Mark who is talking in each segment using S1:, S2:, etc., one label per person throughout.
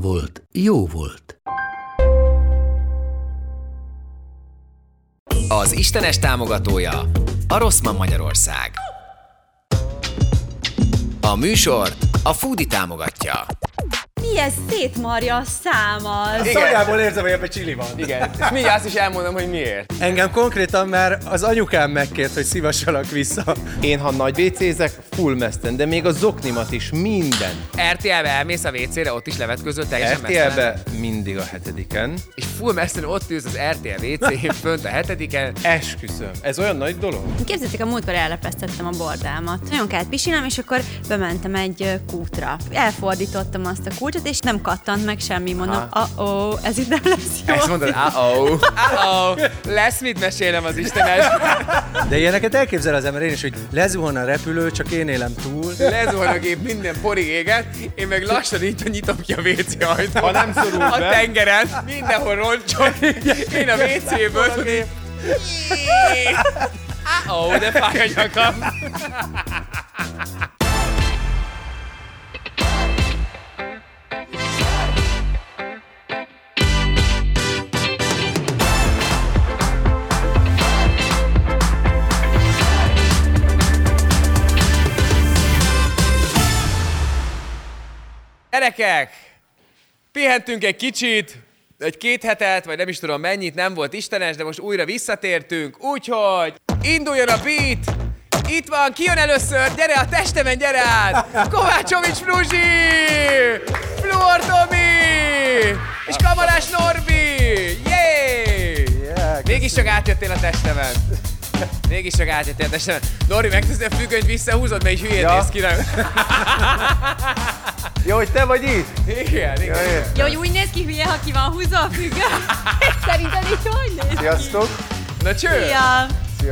S1: volt, jó volt.
S2: Az Istenes támogatója a Rosszman Magyarország. A műsort a Foodi támogatja.
S3: Milyen szétmarja a számad?
S4: Szagából érzem, hogy ebben csili van.
S5: Igen, és mindjárt azt is elmondom, hogy miért.
S4: Engem konkrétan már az anyukám megkért, hogy szívassalak vissza. Én, ha nagy vécézek, full meszten, de még a zoknimat is, minden.
S5: RTL-be elmész a WC-re, ott is levetközöl, teljesen mesztelen.
S4: RTL-be mindig a hetediken.
S5: És full messzen ott ülsz az RTL WC-n, fönt a hetediken.
S4: Esküszöm, ez olyan nagy dolog.
S3: Képzeljétek, a múltkor ellepesztettem a bordámat. Nagyon kellett pisilnem, és akkor bementem egy ö, kútra. Elfordítottam azt a kulcsot, és nem kattant meg semmi. Mondom,
S5: Aha.
S3: ah ó, ez itt nem lesz jó.
S5: Ezt mondod, uh-oh, uh-oh, lesz mit mesélem az Istenes.
S4: De ilyeneket elképzel az ember én is, hogy lezuhan a repülő, csak én élem túl.
S5: Lezuhan a gép, minden porig éget, én meg lassan így nyitom ki a WC ajtót.
S4: Ha nem szorul
S5: A
S4: be.
S5: tengeren, mindenhol roncsol. Én a WC-ből tudni. Uh-oh, de fáj a nyakam. Gyerekek, pihentünk egy kicsit, egy két hetet, vagy nem is tudom mennyit, nem volt istenes, de most újra visszatértünk, úgyhogy induljon a beat! Itt van, ki jön először? Gyere a testemen, gyere át! Kovácsovics Fruzsi! Fluor Tomi! És Kamarás Norbi! Jé!
S4: Yeah,
S5: Mégiscsak átjöttél a testemen. Mégiscsak átjöttél a testemen. Norbi, megteszed a függönyt, visszahúzod, mert így hülyén
S4: Ja.
S5: néz ki. Nem?
S4: Jó, hogy te vagy itt?
S5: Igen, igen. igen.
S3: Jó, hogy úgy néz ki hülye, ha ki van húzva a függő. Szerinted így hogy néz ki?
S4: Sziasztok!
S5: Na cső!
S3: Szia!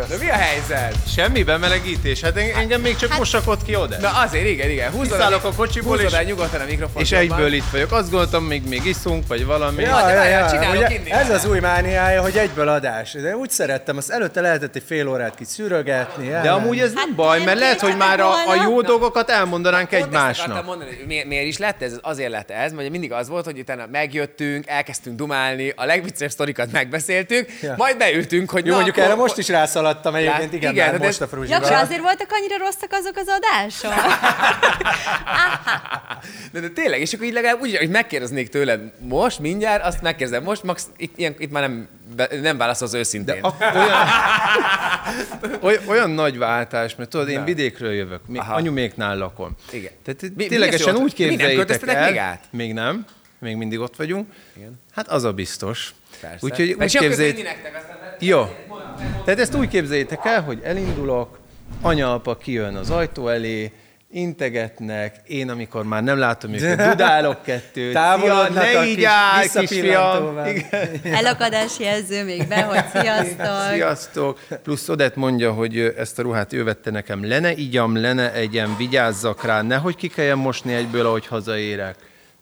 S5: Na mi a helyzet?
S4: Semmi bemelegítés, hát en- engem még csak mosakott ki oda.
S5: Na azért, igen, igen. Húzzad
S4: Kiszállok
S5: mi-
S4: a kocsiból,
S5: húzzad
S4: és-
S5: el nyugodtan a mikrofon.
S6: És egyből itt vagyok. Azt gondoltam, még, még iszunk, vagy valami.
S5: Ja, de várjál, csinálok
S4: ugye
S5: inni
S4: ez
S5: vele.
S4: az új mániája, hogy egyből adás. De úgy szerettem, azt előtte lehetett egy fél órát kiszűrögetni.
S6: De amúgy ez Hát nem baj, mert lehet, hogy már a, a jó dolgokat elmondanánk egymásnak.
S5: Mondani, hogy miért, miért is lett ez? Azért lett ez, mert ugye mindig az volt, hogy utána megjöttünk, elkezdtünk dumálni, a legviccesebb sztorikat megbeszéltük,
S4: Ja.
S5: majd beültünk, hogy
S4: Jó,
S5: na,
S4: mondjuk
S5: akkor-
S4: erre most is rászaladtam egyébként,
S5: Lá-
S4: igen,
S5: igen,
S4: igen már
S5: de
S4: most
S5: ez-
S4: a
S3: Jaksa,
S4: fruzsival.
S3: azért voltak annyira rosszak azok az adások.
S5: De, de tényleg, és akkor így legalább úgy, hogy megkérdeznék tőled most, mindjárt, azt megkérdezem most, max itt, ilyen, itt már nem, be- nem válaszolsz őszintén. De,
S6: Ak- Olyan, oly, olyan nagy váltás, mert tudod, én vidékről jövök, még
S5: Aha.
S6: anyaméknál lakom.
S5: Igen.
S6: Tehát
S5: Mi- mi
S6: ténylegesen
S5: ez jó?
S6: úgy
S5: Mi nem
S6: képzeljétek
S5: költöztetek
S6: el,
S5: még át?
S6: még nem, még mindig ott vagyunk. Igen. Hát az a biztos. Úgyhogy
S5: Mert
S6: úgy
S5: csak akkor
S6: képzeljétek,
S5: inni nektek, aztán-
S6: Jó. Tehát ezt úgy képzeljétek el, hogy elindulok, anyalpa kijön az ajtó elé, integetnek, én amikor már nem látom őket, dudálok kettőt.
S4: Távolodnak
S6: Szia,
S4: a
S6: ne
S4: kis
S6: így állj, kisfiam!
S4: visszapillantóval.
S6: Igen.
S3: Elakadás jelző még be, hogy sziasztok.
S6: Sziasztok! Plusz Odett mondja, hogy ö, ezt a ruhát ő vette nekem, lene igyam, lene egyem, vigyázzak rá, nehogy ki kelljen mosni egyből, ahogy hazaérek.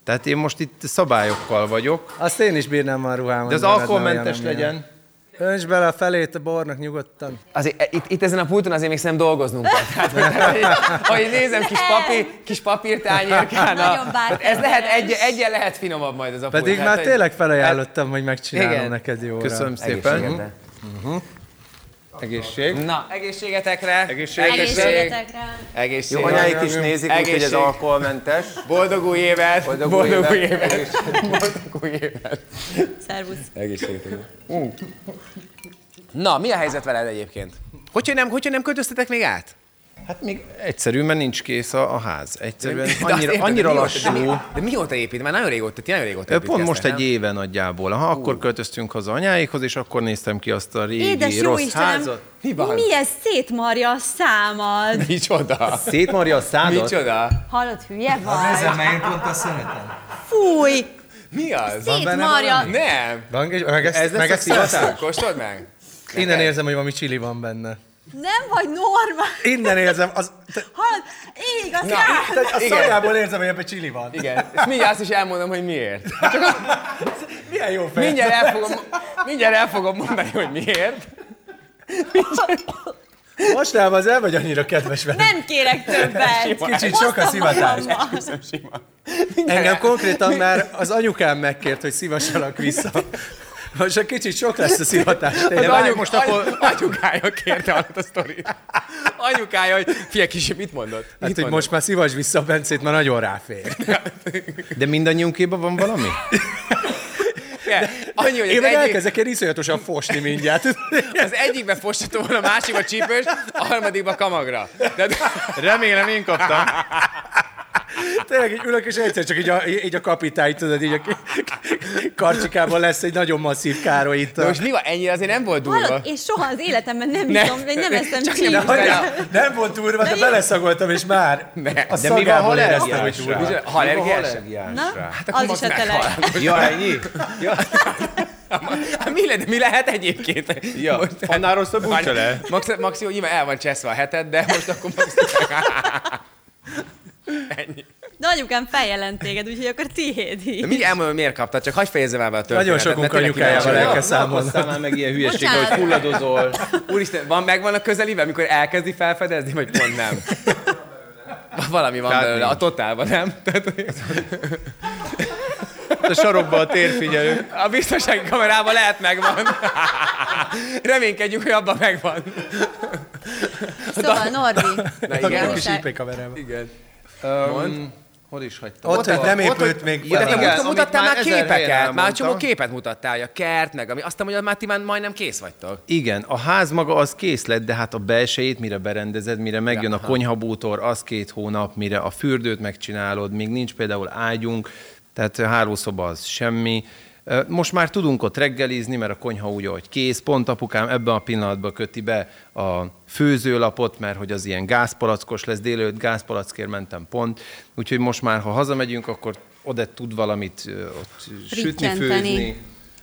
S6: Tehát én most itt szabályokkal vagyok,
S4: Azt én is bírnám a ruhámat.
S6: de az alkoholmentes legyen.
S4: Önts bele a felét a bornak nyugodtan.
S5: Azért, e, itt, itt, ezen a pulton azért még szerintem dolgoznunk kell. Tehát, hogy- ahogy nézem, kis, papír, kis papírtányérkána.
S3: Nagyon bárki
S5: Ez lehet,
S3: ember.
S5: egy, egyen lehet finomabb majd ez a pult.
S4: Pedig
S5: Tehát,
S4: már
S5: hogy-
S4: tényleg felajánlottam, hogy megcsinálom
S5: hát Igen.
S4: neked jóra.
S6: Köszönöm
S5: Egészségedre.
S6: szépen. Egészség.
S5: Na, egészségetekre!
S6: Egészség.
S3: Egészségetekre.
S5: Egészség!
S7: Jó, anyáik is nézik, úgyhogy ez
S5: Egészség.
S7: alkoholmentes.
S5: Boldog új évet!
S7: Boldog új
S5: Boldog
S7: évet.
S5: új évet! Boldog új évet!
S3: Szervusz.
S5: Egészségetekre. Na, mi a helyzet veled egyébként? Hogyha nem, hogyha nem költöztetek még át?
S6: Hát még egyszerű, mert nincs kész a, a ház. Egyszerűen
S5: De azt
S6: annyira,
S5: érted,
S6: annyira
S5: de mióta- de mi-
S6: lassú.
S5: De mióta épít? Már nagyon régóta, ti nagyon régóta
S6: Ö, Pont most
S5: építkeztek,
S6: egy
S5: nem?
S6: éve nagyjából. Ha akkor költöztünk haza anyáikhoz, és akkor néztem ki azt a régi
S3: Édes jó
S6: rossz
S3: Istenem,
S6: házat.
S5: Mi van?
S3: mi ez szétmarja a számad?
S5: Micsoda?
S6: Szétmarja a szádat?
S5: Micsoda?
S3: Hallod, hülye vagy?
S8: Ezemmel pont a szeretem.
S3: Fúj!
S5: Mi az?
S3: Szétmarja!
S5: Nem.
S9: Van, meg ezt,
S5: Ez lesz
S9: meg
S5: a
S9: ezt
S5: szivatás?
S9: szivatás?
S5: Kóstold meg?
S9: Innen érzem, hogy valami csili van benne.
S3: Nem vagy normális!
S9: Innen érzem, az, te-
S3: Hallod, ég a
S5: Na,
S3: szád!
S9: te- a
S5: Igen.
S9: szájából érzem, hogy ebben csili van.
S5: Igen. És mindjárt azt is elmondom, hogy miért.
S9: Milyen jó fej.
S5: Mindjárt el fogom, mindjárt el fogom mondani, hogy miért.
S9: Mostában az el vagy annyira kedves velem.
S3: Nem kérek többet!
S9: Kicsit sok a
S3: Hoztam
S9: szivatás.
S3: magammal.
S9: Engem konkrétan már az anyukám megkért, hogy szívassalak vissza. Most egy kicsit sok lesz a szivatás.
S5: Az
S9: tényleg.
S5: anyuk, most akkor... anyukája kérte alatt a sztorit. Anyukája, hogy fia kisebb, mit mondott? Mit
S9: Hát, hogy
S5: mondott?
S9: most már szivass vissza a Bencét, már nagyon ráfér.
S6: De mindannyiunkéban van valami?
S5: Fia, Annyi, hogy
S9: Én
S5: az
S9: meg
S5: egyik,
S9: elkezdek ilyen iszonyatosan fosni mindjárt.
S5: az egyikbe fosható van, a másikba csípős, a harmadikba kamagra. De,
S6: Remélem én kaptam.
S9: Tényleg így ülök, és egyszer csak így a, így a kapitány, tudod, így a karcsikában lesz egy nagyon masszív Károly itt.
S5: de
S9: A...
S5: most mi van? Ennyire azért nem volt durva.
S3: Hallod, és soha az életemben nem iszom, vagy nem eszem
S5: Csak
S3: csípőt.
S5: nem vagy rá.
S9: Anyám, nem volt durva, de beleszagoltam, és már
S5: Ne.
S9: a
S5: De
S6: mi van, ha
S9: szagából éreztem, hogy
S6: lerakják?
S9: durva.
S5: Ha allergiás?
S3: Na,
S5: akkor
S3: az is
S5: most
S3: a tele.
S5: meghal.
S6: Ja, ennyi?
S5: Hát Mi, le, mi lehet egyébként?
S6: Ja. Annál rosszabb úgy se lehet.
S5: Max, Maxi, nyilván el van cseszve a heted, de most akkor Maxi... Ennyi.
S3: De anyukám feljelent téged, úgyhogy akkor tiéd
S5: De
S3: így.
S5: mindjárt elmondom, hogy miért kaptad, csak hagyj fejezzem el be a történetet.
S9: Nagyon
S6: Hát,
S9: sokunk
S5: mert tényleg
S9: anyukájával
S5: kíváncsi
S9: el
S5: vagyok.
S9: kell számolni.
S6: Aztán hát, már meg ilyen hülyeség,
S3: Bocsánat.
S6: hogy fulladozol.
S5: Úristen, van megvan a közelivel, amikor elkezdi felfedezni, vagy pont nem? Valami van
S6: Tehát
S5: belőle,
S6: Hát nincs.
S5: a totálban, nem? Tehát,
S6: A sarokba a térfigyelő.
S5: a biztonsági kamerában lehet megvan. Reménykedjünk, hogy abban megvan.
S3: Szóval, Norbi,
S5: Na
S9: Igen,
S5: igen.
S9: kis IP kamerában.
S5: Igen.
S6: Um, hol is hagytam?
S9: Ott, hogy nem épült még
S6: Ja,
S9: fel.
S5: De te
S6: igen,
S5: múltkor
S6: amit
S5: mutattál
S6: már
S5: már
S6: ezer helyen
S5: képeket, már
S6: elmondtam.
S5: csomó képet mutattál, hogy a kert, meg ami. Azt mondom, hogy már ti már majdnem kész vagytok.
S6: Igen, a ház maga az kész lett, de hát a belsejét mire berendezed, mire megjön ja, a konyhabútor, az két hónap, mire a fürdőt megcsinálod, még nincs például ágyunk, tehát a hálószoba az semmi. Ö, Most már tudunk ott reggelizni, mert a konyha úgy, ahogy kész. Pont apukám ebben a pillanatban köti be a főzőlapot, mert hogy az ilyen gázpalackos lesz, délőtt gázpalackért mentem pont. Úgyhogy most már, ha hazamegyünk, akkor oda tud valamit ö, ott sütni,
S3: Friccsenteni.
S6: főzni.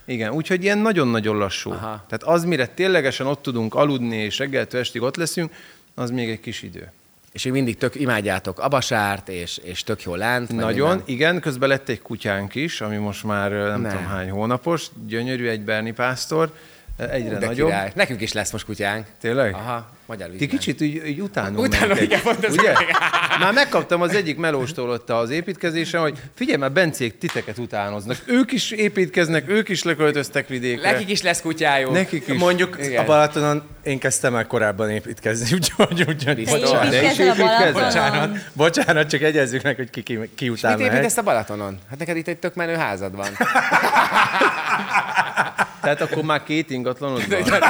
S6: Igen, úgyhogy ilyen nagyon-nagyon lassú. Aha. Tehát az, mire ténylegesen ott tudunk aludni, és reggeltől estig ott leszünk, az még egy kis idő.
S5: És még mindig tök imádjátok Abasárt, és, és tök jó lánt. meg
S6: Nagyon,
S5: minden.
S6: igen, közben lett egy kutyánk is, ami most már ö, nem
S5: Ne.
S6: ne. tudom hány hónapos, gyönyörű egy Berni pásztor, ö, egyre
S5: De
S6: nagyobb.
S5: király. Nekünk is lesz most kutyánk.
S6: Tényleg?
S5: Aha, magyar
S6: Ti
S5: vízben.
S6: kicsit így, így utánunk
S5: Utána,
S6: mentek,
S5: igen, pont ez
S6: ugye?
S5: a lényeg.
S6: Már megkaptam az egyik melóstól ott az építkezésen, hogy figyelj már, Bencék titeket utánoznak. Ők is építkeznek, ők is leköltöztek vidékre.
S5: Nekik is lesz kutyájuk.
S6: Nekik is.
S9: Mondjuk
S5: Igen.
S9: a Balatonon én kezdtem el korábban építkezni, úgyhogy
S3: te
S9: ugyanis.
S3: is építkezel a
S6: építkezel?
S3: Balatonon.
S9: Bocsánat, bocsánat, csak egyezzük meg, hogy ki, ki, ki után
S5: Mit
S9: mehet.
S5: építesz a Balatonon? Hát neked itt egy tök menő házad van.
S6: Tehát akkor már két ingatlanod van.
S5: Tehát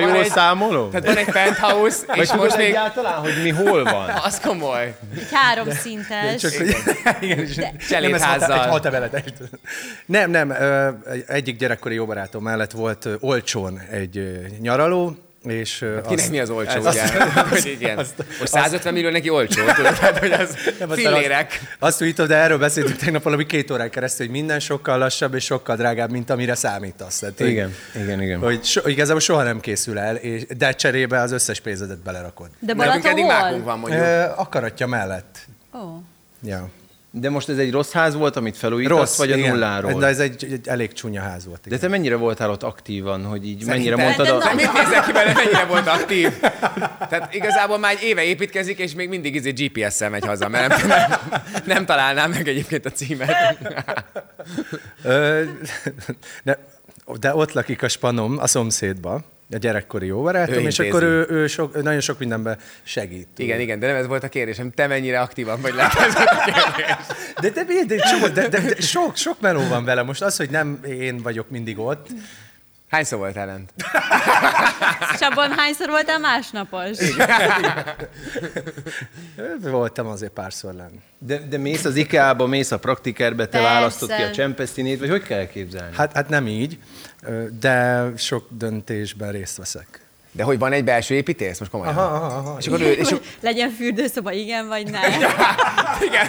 S5: van
S6: jól
S5: egy-
S6: számolom?
S5: Tehát van egy penthouse, és most még...
S6: egyáltalán, hogy mi hol van?
S5: Az komoly.
S3: egy háromszintes.
S9: Csak, hogy... Igen, és
S5: Cselédházzal.
S9: Nem, ez hat, egy hat nem, nem, ö, egyik gyerekkori jó barátom mellett volt ö, olcsón egy ö, nyaraló, és ö,
S5: Hát Kinek
S9: azt-
S5: mi az olcsó,
S9: ez-
S5: ugye?
S9: azt-
S5: Hogy igen.
S9: azt-
S5: Most 150 millió neki olcsó, tudod? Tehát, hogy az
S9: Nem, aztán
S5: fillérek.
S9: Azt, azt újítom, de erről beszéltük tegnap valami két órán keresztül, hogy minden sokkal lassabb és sokkal drágább, mint amire számítasz. Tehát, hogy-
S6: Igen, igen, igen.
S9: Hogy so, igazából soha nem készül el, és, de cserébe az összes pénzedet belerakod.
S3: De
S5: Nekünk
S3: Balaton
S5: eddig mákunk
S3: hol?
S5: van, mondjuk.
S9: Ö, akaratja mellett.
S3: Ó.
S9: Ja.
S6: De most ez egy rossz ház volt, amit felújítasz,
S9: Rossz,
S6: Rossz, vagy a
S9: igen.
S6: nulláról?
S9: De ez egy, egy elég csúnya ház volt.
S6: De
S9: Igen.
S6: te mennyire voltál ott aktívan, hogy így mennyire
S5: Szerintem-
S3: De
S6: mondtad a...
S3: na-
S5: Mit nézel ki bele, mennyire volt aktív? Tehát igazából már egy éve építkezik, és még mindig izé GPS-szel megy haza, mert nem, nem, nem találnám meg egyébként a címet.
S9: Ö, de, de ott lakik a spanom a szomszédba, a gyerekkori jó
S5: Ő
S9: barátom, és
S5: intézi.
S9: akkor ő, ő, sok, ő nagyon sok mindenben segít.
S5: Igen, igen, de nem ez volt a kérdésem. Te mennyire aktívan vagy lehet ez volt a kérdés?
S9: De, de, de, de, csomó, de, de, de sok, sok meló van vele. Most az, hogy nem én vagyok mindig ott,
S5: Hányszor voltál lent?
S3: Csabon, hányszor voltál másnapos?
S9: Voltam azért párszor lenni.
S6: De, de mész az IKEA-ba, mész a praktikerbe, te
S3: Persze.
S6: választod ki a csempeszínét, vagy hogy kell elképzelni?
S9: Hát, hát nem így, ö, de sok döntésben részt veszek.
S5: De hogy van egy belső építész? Most komolyan. Aha, aha, aha. És akkor ő, és akkor-
S3: Legyen fürdőszoba, igen vagy nem.
S5: igen,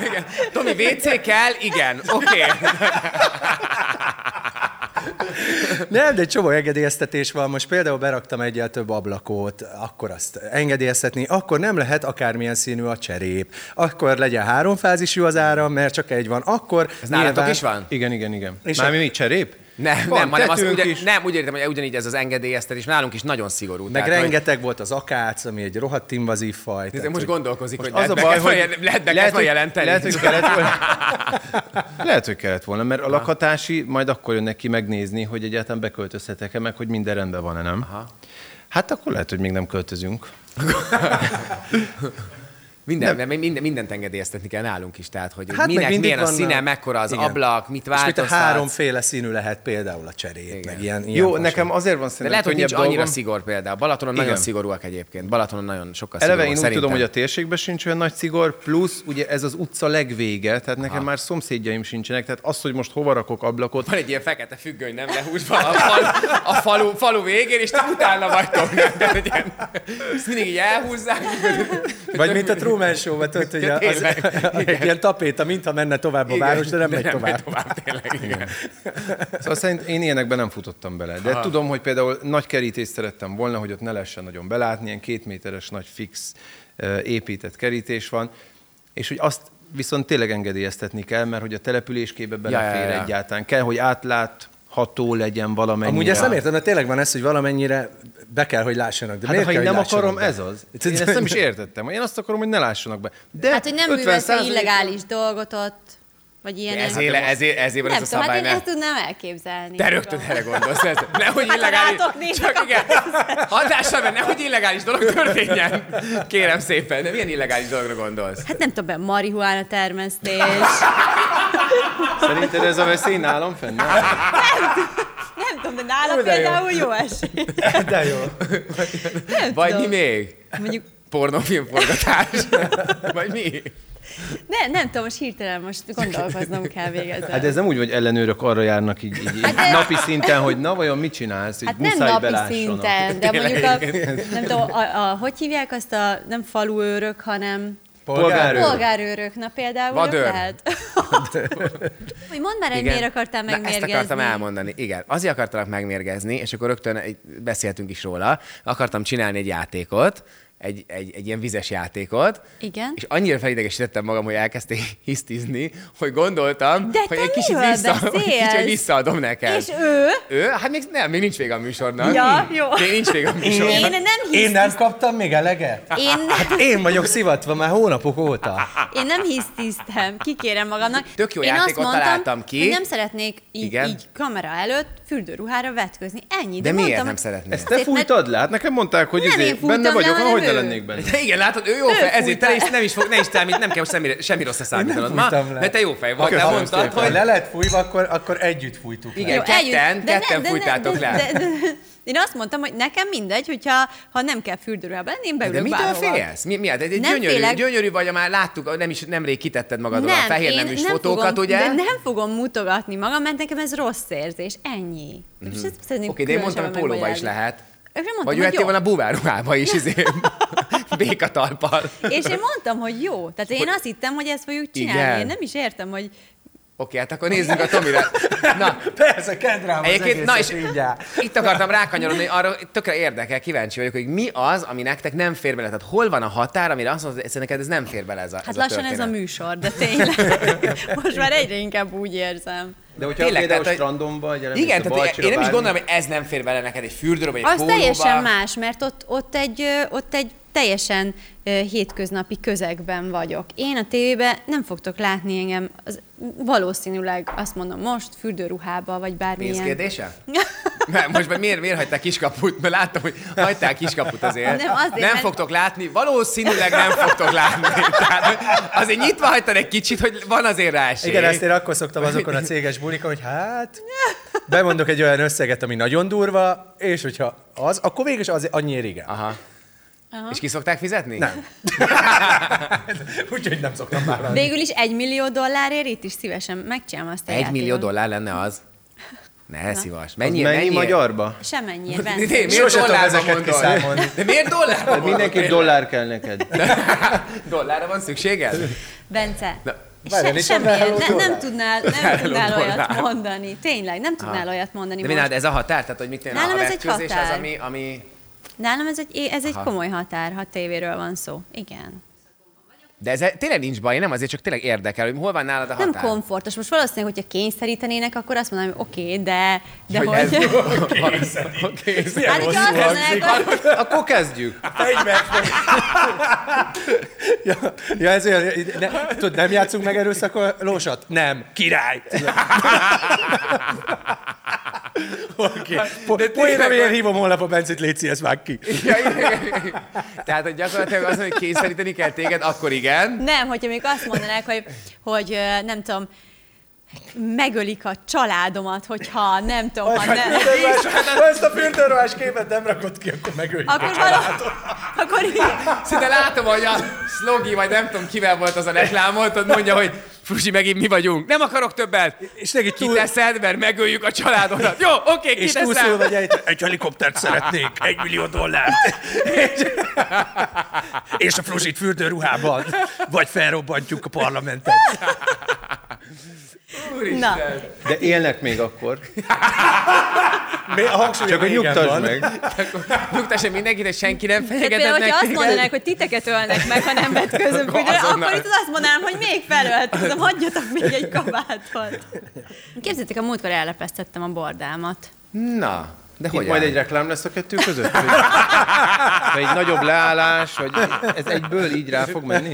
S5: igen. Tomi, WC kell? Igen. Oké. Okay.
S9: Nem, de egy csomó engedélyeztetés van. Most például beraktam egyel több ablakot, akkor azt engedélyeztetni, akkor nem lehet akármilyen színű a cserép, akkor legyen háromfázisú az áram, mert csak egy van, akkor...
S5: Ez nálatok is van?
S6: Igen, igen, igen.
S9: És
S6: Már
S9: a-
S6: mi, mi cserép?
S5: Nem,
S6: Van
S5: nem, hanem az,
S6: tetőnk
S5: ugye,
S6: is.
S5: nem, úgy értem, hogy e- ugyanígy ez az engedélyeztetés, nálunk is nagyon szigorú.
S9: Meg
S5: hogy-
S9: rengeteg hogy... volt az akác, ami egy rohadt invazív faj.
S5: Nézd,
S9: tehát,
S5: most
S9: hogy-
S5: gondolkozik,
S6: Most
S5: hogy lehet, be kell fel- lehet, be lehet,
S6: hogy-
S5: jelenteni.
S6: Lehet, hogy kellett volna. lehet, hogy kellett volna, mert a lakhatási majd akkor jön neki megnézni, hogy egyáltalán beköltözhetek-e, meg hogy minden rendben van-e, nem? Aha. Hát akkor lehet, hogy még nem költözünk.
S5: Minden, nem. Minden, mindent engedélyeztetni kell nálunk is, tehát hogy
S9: meg
S5: hát minek,
S9: mindig
S5: milyen a
S9: vannak-
S5: színe, mekkora az
S9: Igen.
S5: ablak, mit
S9: És mit a
S5: változtat.
S9: háromféle színű lehet például a cserép, Igen. meg ilyen, ilyen
S6: Jó,
S9: fasság.
S6: nekem azért van
S5: De
S6: szerintem
S5: lehet, hogy nincs
S6: könnyebb
S5: annyira
S6: dolgom.
S5: szigor például. Balatonon
S6: Igen.
S5: nagyon szigorúak egyébként. Balatonon nagyon sokkal
S6: Eleve
S5: szigorúak
S6: én úgy
S5: szerintem.
S6: tudom, hogy a térségben sincs olyan nagy szigor, plusz ugye ez az utca legvége, tehát nekem már szomszédjaim sincsenek, tehát az, hogy most hova rakok ablakot,
S5: Van egy ilyen fekete függöny, nem lehúzva a, fal, a falu, falu végén, és te utána vagytok. Nem? De egy ilyen, ezt mindig így elhúzzák.
S9: Vagy mint a Truman show tudod, hogy az, az,
S5: Tényleg.
S9: egy ilyen tapéta, mintha menne tovább a város, de nem megy tovább.
S5: tovább tényleg, igen.
S6: Szóval szerint én ilyenekben nem futottam bele. De Aha. tudom, hogy például nagy kerítést szerettem volna, hogy ott ne lehessen nagyon belátni, ilyen két méteres nagy fix ö, épített kerítés van, és hogy azt viszont tényleg engedélyeztetni kell, mert hogy a településkébe belefér
S5: ja, ja.
S6: egyáltalán. Kell, hogy átlátható legyen valamennyire.
S9: Amúgy ezt nem értem, mert tényleg van ez, hogy valamennyire be kell, hogy lássanak. De
S6: Hát
S9: miért
S6: ha én
S9: kell,
S6: nem
S9: hogy lássanak
S6: akarom,
S9: be?
S6: ez az. Én ezt nem is értettem. Én azt akarom, hogy ne lássanak be. De
S3: Hát, hogy nem
S6: 50
S3: művelsz
S6: százalék-
S3: illegális dolgot ott, vagy ilyen.
S5: Ezért, ezért, ezért van
S3: nem
S5: ez a
S3: tudom, hát
S5: szabály,
S3: én
S5: nem?
S3: ezt tudnám elképzelni.
S5: Te rögtön erre gondolsz. Ez, nehogy
S3: Hát
S5: illegális.
S3: rátok nézek,
S5: Csak igen. Hatással, mert nehogy illegális dolog történjen. Kérem szépen, de milyen illegális dologra gondolsz?
S3: Hát nem tudom, marihuána termesztés.
S6: Szerinted ez a veszély nálam fenn?
S3: nem tudom, de nálam például jó esély.
S9: De jó.
S3: Nem
S5: Vagy mi
S3: tudom.
S5: még?
S3: Mondjuk,
S5: Pornófilm forgatás? Vagy mi?
S3: ne, nem tudom, most hirtelen most gondolkoznom kell végezni.
S6: Hát ez nem úgy, hogy ellenőrök arra járnak így, így, így
S3: Hát de-
S6: napi szinten, hogy na vajon mit csinálsz, hogy
S3: Hát nem
S6: muszáj
S3: napi
S6: belássanak.
S3: szinten, de mondjuk a, nem tudom, a, a, hogy hívják azt a nem faluőrök, hanem
S6: Polgárőr.
S3: polgárőrök, na például ők
S5: Vadőr.
S3: lehet. Hogy mondd már, hogy miért akartál
S5: Na,
S3: megmérgezni.
S5: ezt akartam elmondani. Igen, azért akartalak megmérgezni, és akkor rögtön egy- beszéltünk is róla. Akartam csinálni egy játékot, egy, egy, egy ilyen vizes játékot.
S3: Igen.
S5: És annyira felidegesítettem magam, hogy elkezdték hisztizni, hogy gondoltam,
S3: De
S5: hogy
S3: te
S5: egy kicsit,
S3: miről
S5: vissza, hogy
S3: beszélsz?
S5: kicsit visszaadom neked.
S3: És ő?
S5: Ő? Hát még, nem, még nincs vége a műsornak.
S3: Ja, jó.
S5: Még nincs vége a műsornak.
S3: Én nem hisz,
S9: Én nem kaptam még eleget?
S3: én, nem,
S9: Én vagyok szivatva már hónapok óta.
S3: én nem hisztisztem, kikérem magamnak.
S5: Tök jó
S3: én
S5: játékot
S3: azt mondtam,
S5: találtam ki.
S3: hogy nem szeretnék így,
S5: Igen.
S3: így kamera előtt fürdőruhára vetközni. Ennyi.
S5: De
S3: De,
S5: miért
S3: mondtam,
S5: nem szeretnél?
S6: Ezt te
S3: Azért, mert-
S6: fújtad le? Hát nekem mondták, hogy
S3: Nem én
S6: izé,
S3: fújtam le,
S6: benne vagyok,
S3: hanem
S6: hogy ne
S3: ő.
S6: lennék benne.
S5: De igen, látod, ő jó
S3: Ő
S5: fej, ezért te
S3: fújta.
S5: is nem is, fog, ne is számít, nem kell most semmi, semmi rosszra számítanod ma,
S9: fújtam le.
S5: mert te jó fej vagy, te mondtad,
S9: Ha
S5: hogy
S9: le lett fújva, akkor, akkor együtt fújtuk le.
S5: Igen, ketten,
S3: együtt. De ne-
S5: ketten
S3: de ne-
S5: fújtátok
S3: de-
S5: le.
S3: de- de- Én azt mondtam, hogy nekem mindegy, hogyha ha nem kell fürdőruhában lenni, én
S5: De
S3: beülök
S5: mitől
S3: bárhova.
S5: félsz? Mi, mi, de egy
S3: Nem
S5: gyönyörű,
S3: félek.
S5: gyönyörű vagy, már láttuk, nem is, nemrég kitetted magadról a fehér
S3: én
S5: neműs fotókat,
S3: fogom,
S5: ugye?
S3: De nem fogom mutogatni magam, mert nekem ez rossz érzés. Ennyi. Mm-hmm. Oké,
S5: Mhm. Oké, de én mondtam, hogy pólóba is lehet.
S3: Ők
S5: Vagy
S3: nem mondtam, hogy
S5: jöhettél
S3: jó.
S5: volna búváruhába is, izé, békatalpal.
S3: És én mondtam, hogy jó. Tehát én azt hittem, hogy ezt fogjuk csinálni.
S5: Igen.
S3: Én nem is értem, hogy...
S5: Oké, hát akkor nézzünk a Tomira. Na,
S9: Persze, kendrám az
S5: Egyébként, na és
S9: egészet így áll.
S5: itt akartam rákanyarodni, arra tökre érdekel, kíváncsi vagyok, hogy mi az, ami nektek nem fér bele. Tehát hol van a határ, amire azt mondod, hogy neked ez nem fér bele ez a
S3: Hát
S5: ez a
S3: lassan ez a
S5: történet?
S3: műsor, de tényleg. Most már egyre inkább úgy érzem.
S6: De hogyha
S5: Tényleg,
S6: Tényleg, például
S5: tehát, hogy-
S6: strandon vagy, elem,
S5: Igen, tehát én nem is gondolom, hogy ez nem fér bele neked egy fürdőbe, vagy egy
S3: Az
S5: pólóba.
S3: teljesen más, mert ott, ott, egy, ö, ott egy teljesen ö, hétköznapi közegben vagyok. Én a tévében nem fogtok látni engem, az, valószínűleg azt mondom most, fürdőruhába, vagy bármilyen.
S5: Pénzkérdése? Mert most már miért, miért hagytál kiskaput? Mert láttam, hogy hagytál kiskaput azért.
S3: Nem, azért,
S5: nem
S3: mert-
S5: fogtok látni, valószínűleg nem fogtok látni. Tehát azért nyitva hagytad egy kicsit, hogy van azért rá esély.
S9: Igen, ezt én akkor szoktam azokon a céges bulikon, hogy hát, bemondok egy olyan összeget, ami nagyon durva, és hogyha az, akkor végül is az annyira igen.
S5: Aha. Aha. És ki szokták fizetni?
S9: Nem. Úgyhogy nem szoktam vállalni.
S3: Végül is egy millió dollárért itt is szívesen megcsinálom azt a
S5: Egy
S3: játékot.
S5: millió dollár lenne az. Ne, szívas. Mennyi,
S6: Mennyi magyarba?
S5: De
S3: Semennyiért, Bence.
S5: miért
S9: Sose tudom
S5: dollárba
S9: ezeket
S5: mondod?
S9: kiszámolni.
S5: De miért dollárba
S6: Tehát mindenki
S5: mondod?
S6: dollár kell neked.
S5: Dollárra van szükséged?
S3: Bence.
S5: Na,
S9: várjál,
S3: Se,
S9: nincs
S3: semmilyen,
S9: dollár,
S3: ne, nem
S9: dollár.
S3: tudnál, nem tudnál olyat
S5: dollár.
S3: mondani. Tényleg, nem tudnál olyat mondani
S5: De mi
S3: most.
S5: nálad ez a határ? Tehát, hogy mit tényleg a
S3: Nálam ez egy
S5: vetközés az,
S3: határ.
S5: ami, ami...
S3: Nálam ez egy, ez egy komoly határ, ha tévéről van szó. Igen.
S5: De ez tényleg nincs baj, nem azért, csak tényleg érdekel, hogy hol van nálad a határ.
S3: Nem komfortos. Most valószínűleg, hogyha kényszerítenének, akkor azt mondanám, hogy oké, okay, de, de hogy...
S5: ez-
S3: Oké, hát, hogyha azt mondanák, hogy
S6: Akkor kezdjük.
S9: Ja, ja ez olyan, ne, tud, nem játszunk meg erőszakolósat? Nem. Király! Oké. Okay. Poénra miért hívom holnap a Bencit, Léci, ezt vág ki.
S5: Ja, igen, igen. Tehát, hogy gyakorlatilag az, hogy kényszeríteni kell téged, akkor igen.
S3: nem, hogyha még azt mondanák, hogy, hogy ö, nem tudom, megölik a családomat, hogyha nem tudom, ha nem...
S9: Ha ezt a fürdőruhás képet nem rakod ki, akkor megöljük.
S3: Akkor való... Akkor
S5: Szinte látom, hogy a Slogi, vagy nem tudom kivel volt az a reklámot, ott mondja, hogy Frusi, megint mi vagyunk. Nem akarok többet.
S9: És neki túl-
S5: Kiteszed, mert megöljük a családodat. Jó, oké, okay,
S9: és túlszul
S5: kiteszem.
S9: vagy egy, egy helikoptert szeretnék, egy millió dollárt. És, és a fruzsit fürdőruhában, vagy felrobbantjuk a parlamentet.
S3: Na,
S6: De élnek még akkor.
S9: Mi a hangsúly
S6: Csak hogy nyugtasd meg.
S5: Nyugtasson mindenkit, hogy senki nem
S3: tehát például,
S5: fenyegetett
S3: hogyha azt
S5: meg.
S3: mondanák, hogy titeket ölnek meg, ha nem vetközünk akkor, akkor itt azt mondanám, hogy még felöltözöm, hagyjatok még egy kabátot. Képzeljétek, a múltkor ellepesztettem a bordámat.
S5: Na, de
S6: Itt
S5: hogy
S6: majd egy reklám lesz a kettő között? Vagy, vagy egy nagyobb leállás, vagy ez egyből így rá fog menni?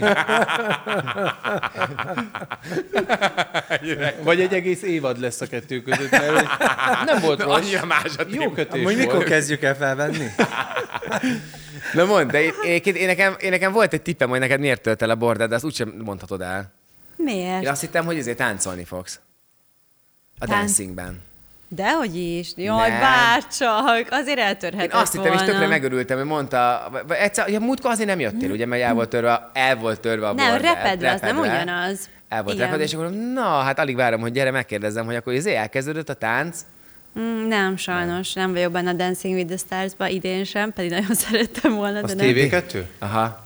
S6: Vagy egy egész évad lesz a kettő között, mert hogy nem volt rossz.
S5: Annyira más a
S6: Jó kötés
S9: Hogy mikor
S6: volt.
S9: kezdjük el felvenni?
S5: Na mondd, de én, én, én, nekem, én nekem volt egy tippem, hogy neked miért tölt el a bordád, de azt úgysem mondhatod el. Én
S3: Miért?
S5: azt hittem, hogy ezért táncolni fogsz. A
S3: Tánc-
S5: dancingben.
S3: Dehogy is. Jaj,
S5: Nem.
S3: bárcsak, azért eltörhetett
S5: Én azt hittem, és
S3: volna.
S5: tökre megörültem, hogy mondta, vagy- vagy egyszer, ja, múltkor azért nem jöttél, ugye, mert el volt törve, a- el volt törve a
S3: Nem,
S5: bordád.
S3: repedve, az nem ugyanaz.
S5: El volt
S3: Igen.
S5: repedve, és akkor mondom, na, hát alig várom, hogy gyere, megkérdezzem, hogy akkor izé elkezdődött a tánc.
S3: Mm, nem, sajnos. Nem. vagyok benne a Dancing with the Stars-ba idén sem, pedig nagyon szerettem volna,
S6: Az
S3: de nem.
S6: TV2?
S5: Aha.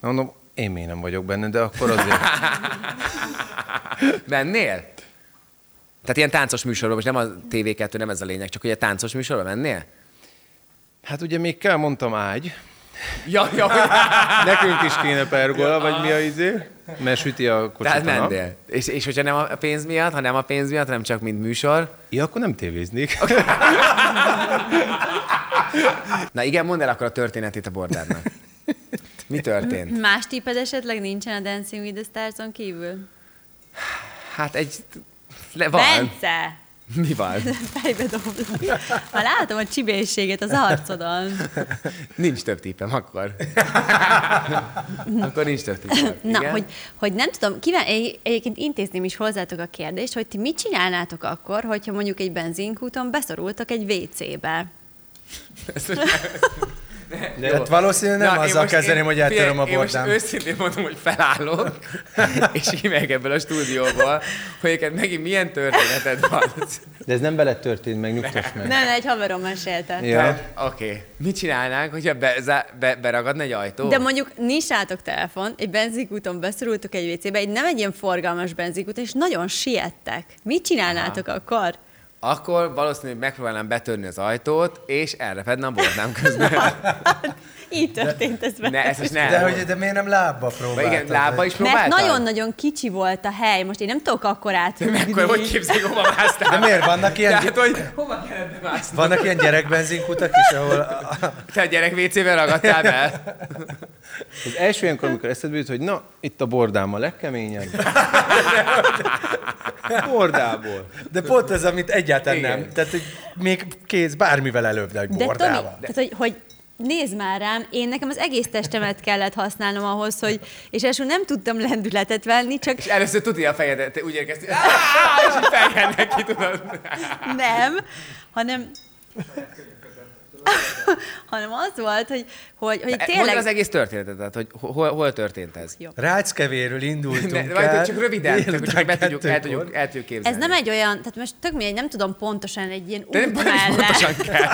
S6: Mondom, én még nem vagyok benne, de akkor azért.
S5: Mennél? Tehát ilyen táncos műsorban, most nem a TV2, nem ez a lényeg, csak hogy a táncos műsorban mennél?
S6: Hát ugye még kell, mondtam ágy.
S5: Ja, ja, hogy...
S6: Nekünk is kéne pergola, vagy mi a izé? Mert süti a kocsit
S5: Tehát
S6: a nap.
S5: mennél. És, és hogyha nem a pénz miatt, ha nem a pénz miatt, nem csak mint műsor.
S6: Ja, akkor nem tévéznék.
S5: Na igen, mondd el akkor a történetét a bordádnak. Mi történt?
S3: Más tipped esetleg nincsen a Dancing with the Stars-on kívül?
S5: Hát egy... Le, van.
S3: Bence!
S5: Mi van?
S3: Fejbe doblak. Már látom a csibészséget az arcodon.
S5: Nincs több tippem, akkor. akkor nincs több tippem.
S3: Na, hogy, hogy nem tudom, kíván, egy- egyébként intézném is hozzátok a kérdést, hogy ti mit csinálnátok akkor, hogyha mondjuk egy benzinkúton beszorultak egy WC-be?
S9: De hát valószínűleg nem
S5: én
S9: azzal
S5: most-
S9: kezdeném,
S5: én-
S9: hogy eltöröm a
S5: figyelj,
S9: bordám.
S5: Én most őszintén mondom, hogy felállok, és kimegyek ebből a stúdióból, hogy egyébként megint milyen történeted van.
S6: De ez nem veled történt meg, nyugtass meg.
S3: Nem, egy haverom mesélte.
S6: Ja.
S5: Oké. Okay. Mit csinálnánk, hogyha be, be, beragadna egy ajtó?
S3: De mondjuk nincs rátok telefon, egy benzinkúton beszorultok egy WC-be, egy nem egy ilyen forgalmas benzinkút, és nagyon siettek. Mit csinálnátok akkor?
S5: Akkor valószínűleg megpróbálnám betörni az ajtót, és elrepedne a bordám közben.
S3: Így történt ez
S5: ne,
S3: velem.
S5: ezt most ne.
S9: De, hogy, de miért nem lábba próbáltad?
S5: igen, lába is
S3: Mert
S5: próbáltad?
S3: nagyon-nagyon kicsi volt a hely, most én nem tudok akkor átülni.
S5: Mekkora, hogy képzeljük, hova másztál?
S9: De miért? Vannak ilyen-
S5: Tehát, hogy hova kellett bemászni?
S9: Vannak ilyen gyerekbenzinkutak is, ahol...
S5: Te a gyerek WC-ben ragadtál be?
S6: Az első ilyenkor, amikor eszedbe jut, hogy na, itt a bordám a legkeményebb. Bordából.
S9: De pont ez, amit egyáltalán
S5: Igen.
S9: nem. Tehát, hogy még kéz bármivel előbb, de egy
S3: De Tomi,
S9: bordával.
S3: tehát, hogy, hogy nézd már rám, én nekem az egész testemet kellett használnom ahhoz, hogy, és első nem tudtam lendületet venni, csak
S5: És először tudja a fejedet, te úgy érkeztél, "Áááá!" és így fejjel neki, tudod.
S3: nem, hanem hanem az volt, hogy, hogy, hogy
S5: E, Mondd
S3: tényleg...
S5: az egész történetet, tehát, hogy hol, hol történt ez.
S9: Ráckevéről indultunk
S5: Ne,
S9: el.
S5: majd csak röviden, csak,
S9: délután
S5: csak be tudjuk, el
S9: kettőkor.
S5: tudjuk, el tudjuk
S3: Ez
S5: képzelni.
S3: nem egy olyan, tehát most tök mindegy, nem tudom pontosan egy ilyen
S5: de
S3: út
S5: nem nem
S3: mellett.
S5: pontosan kell.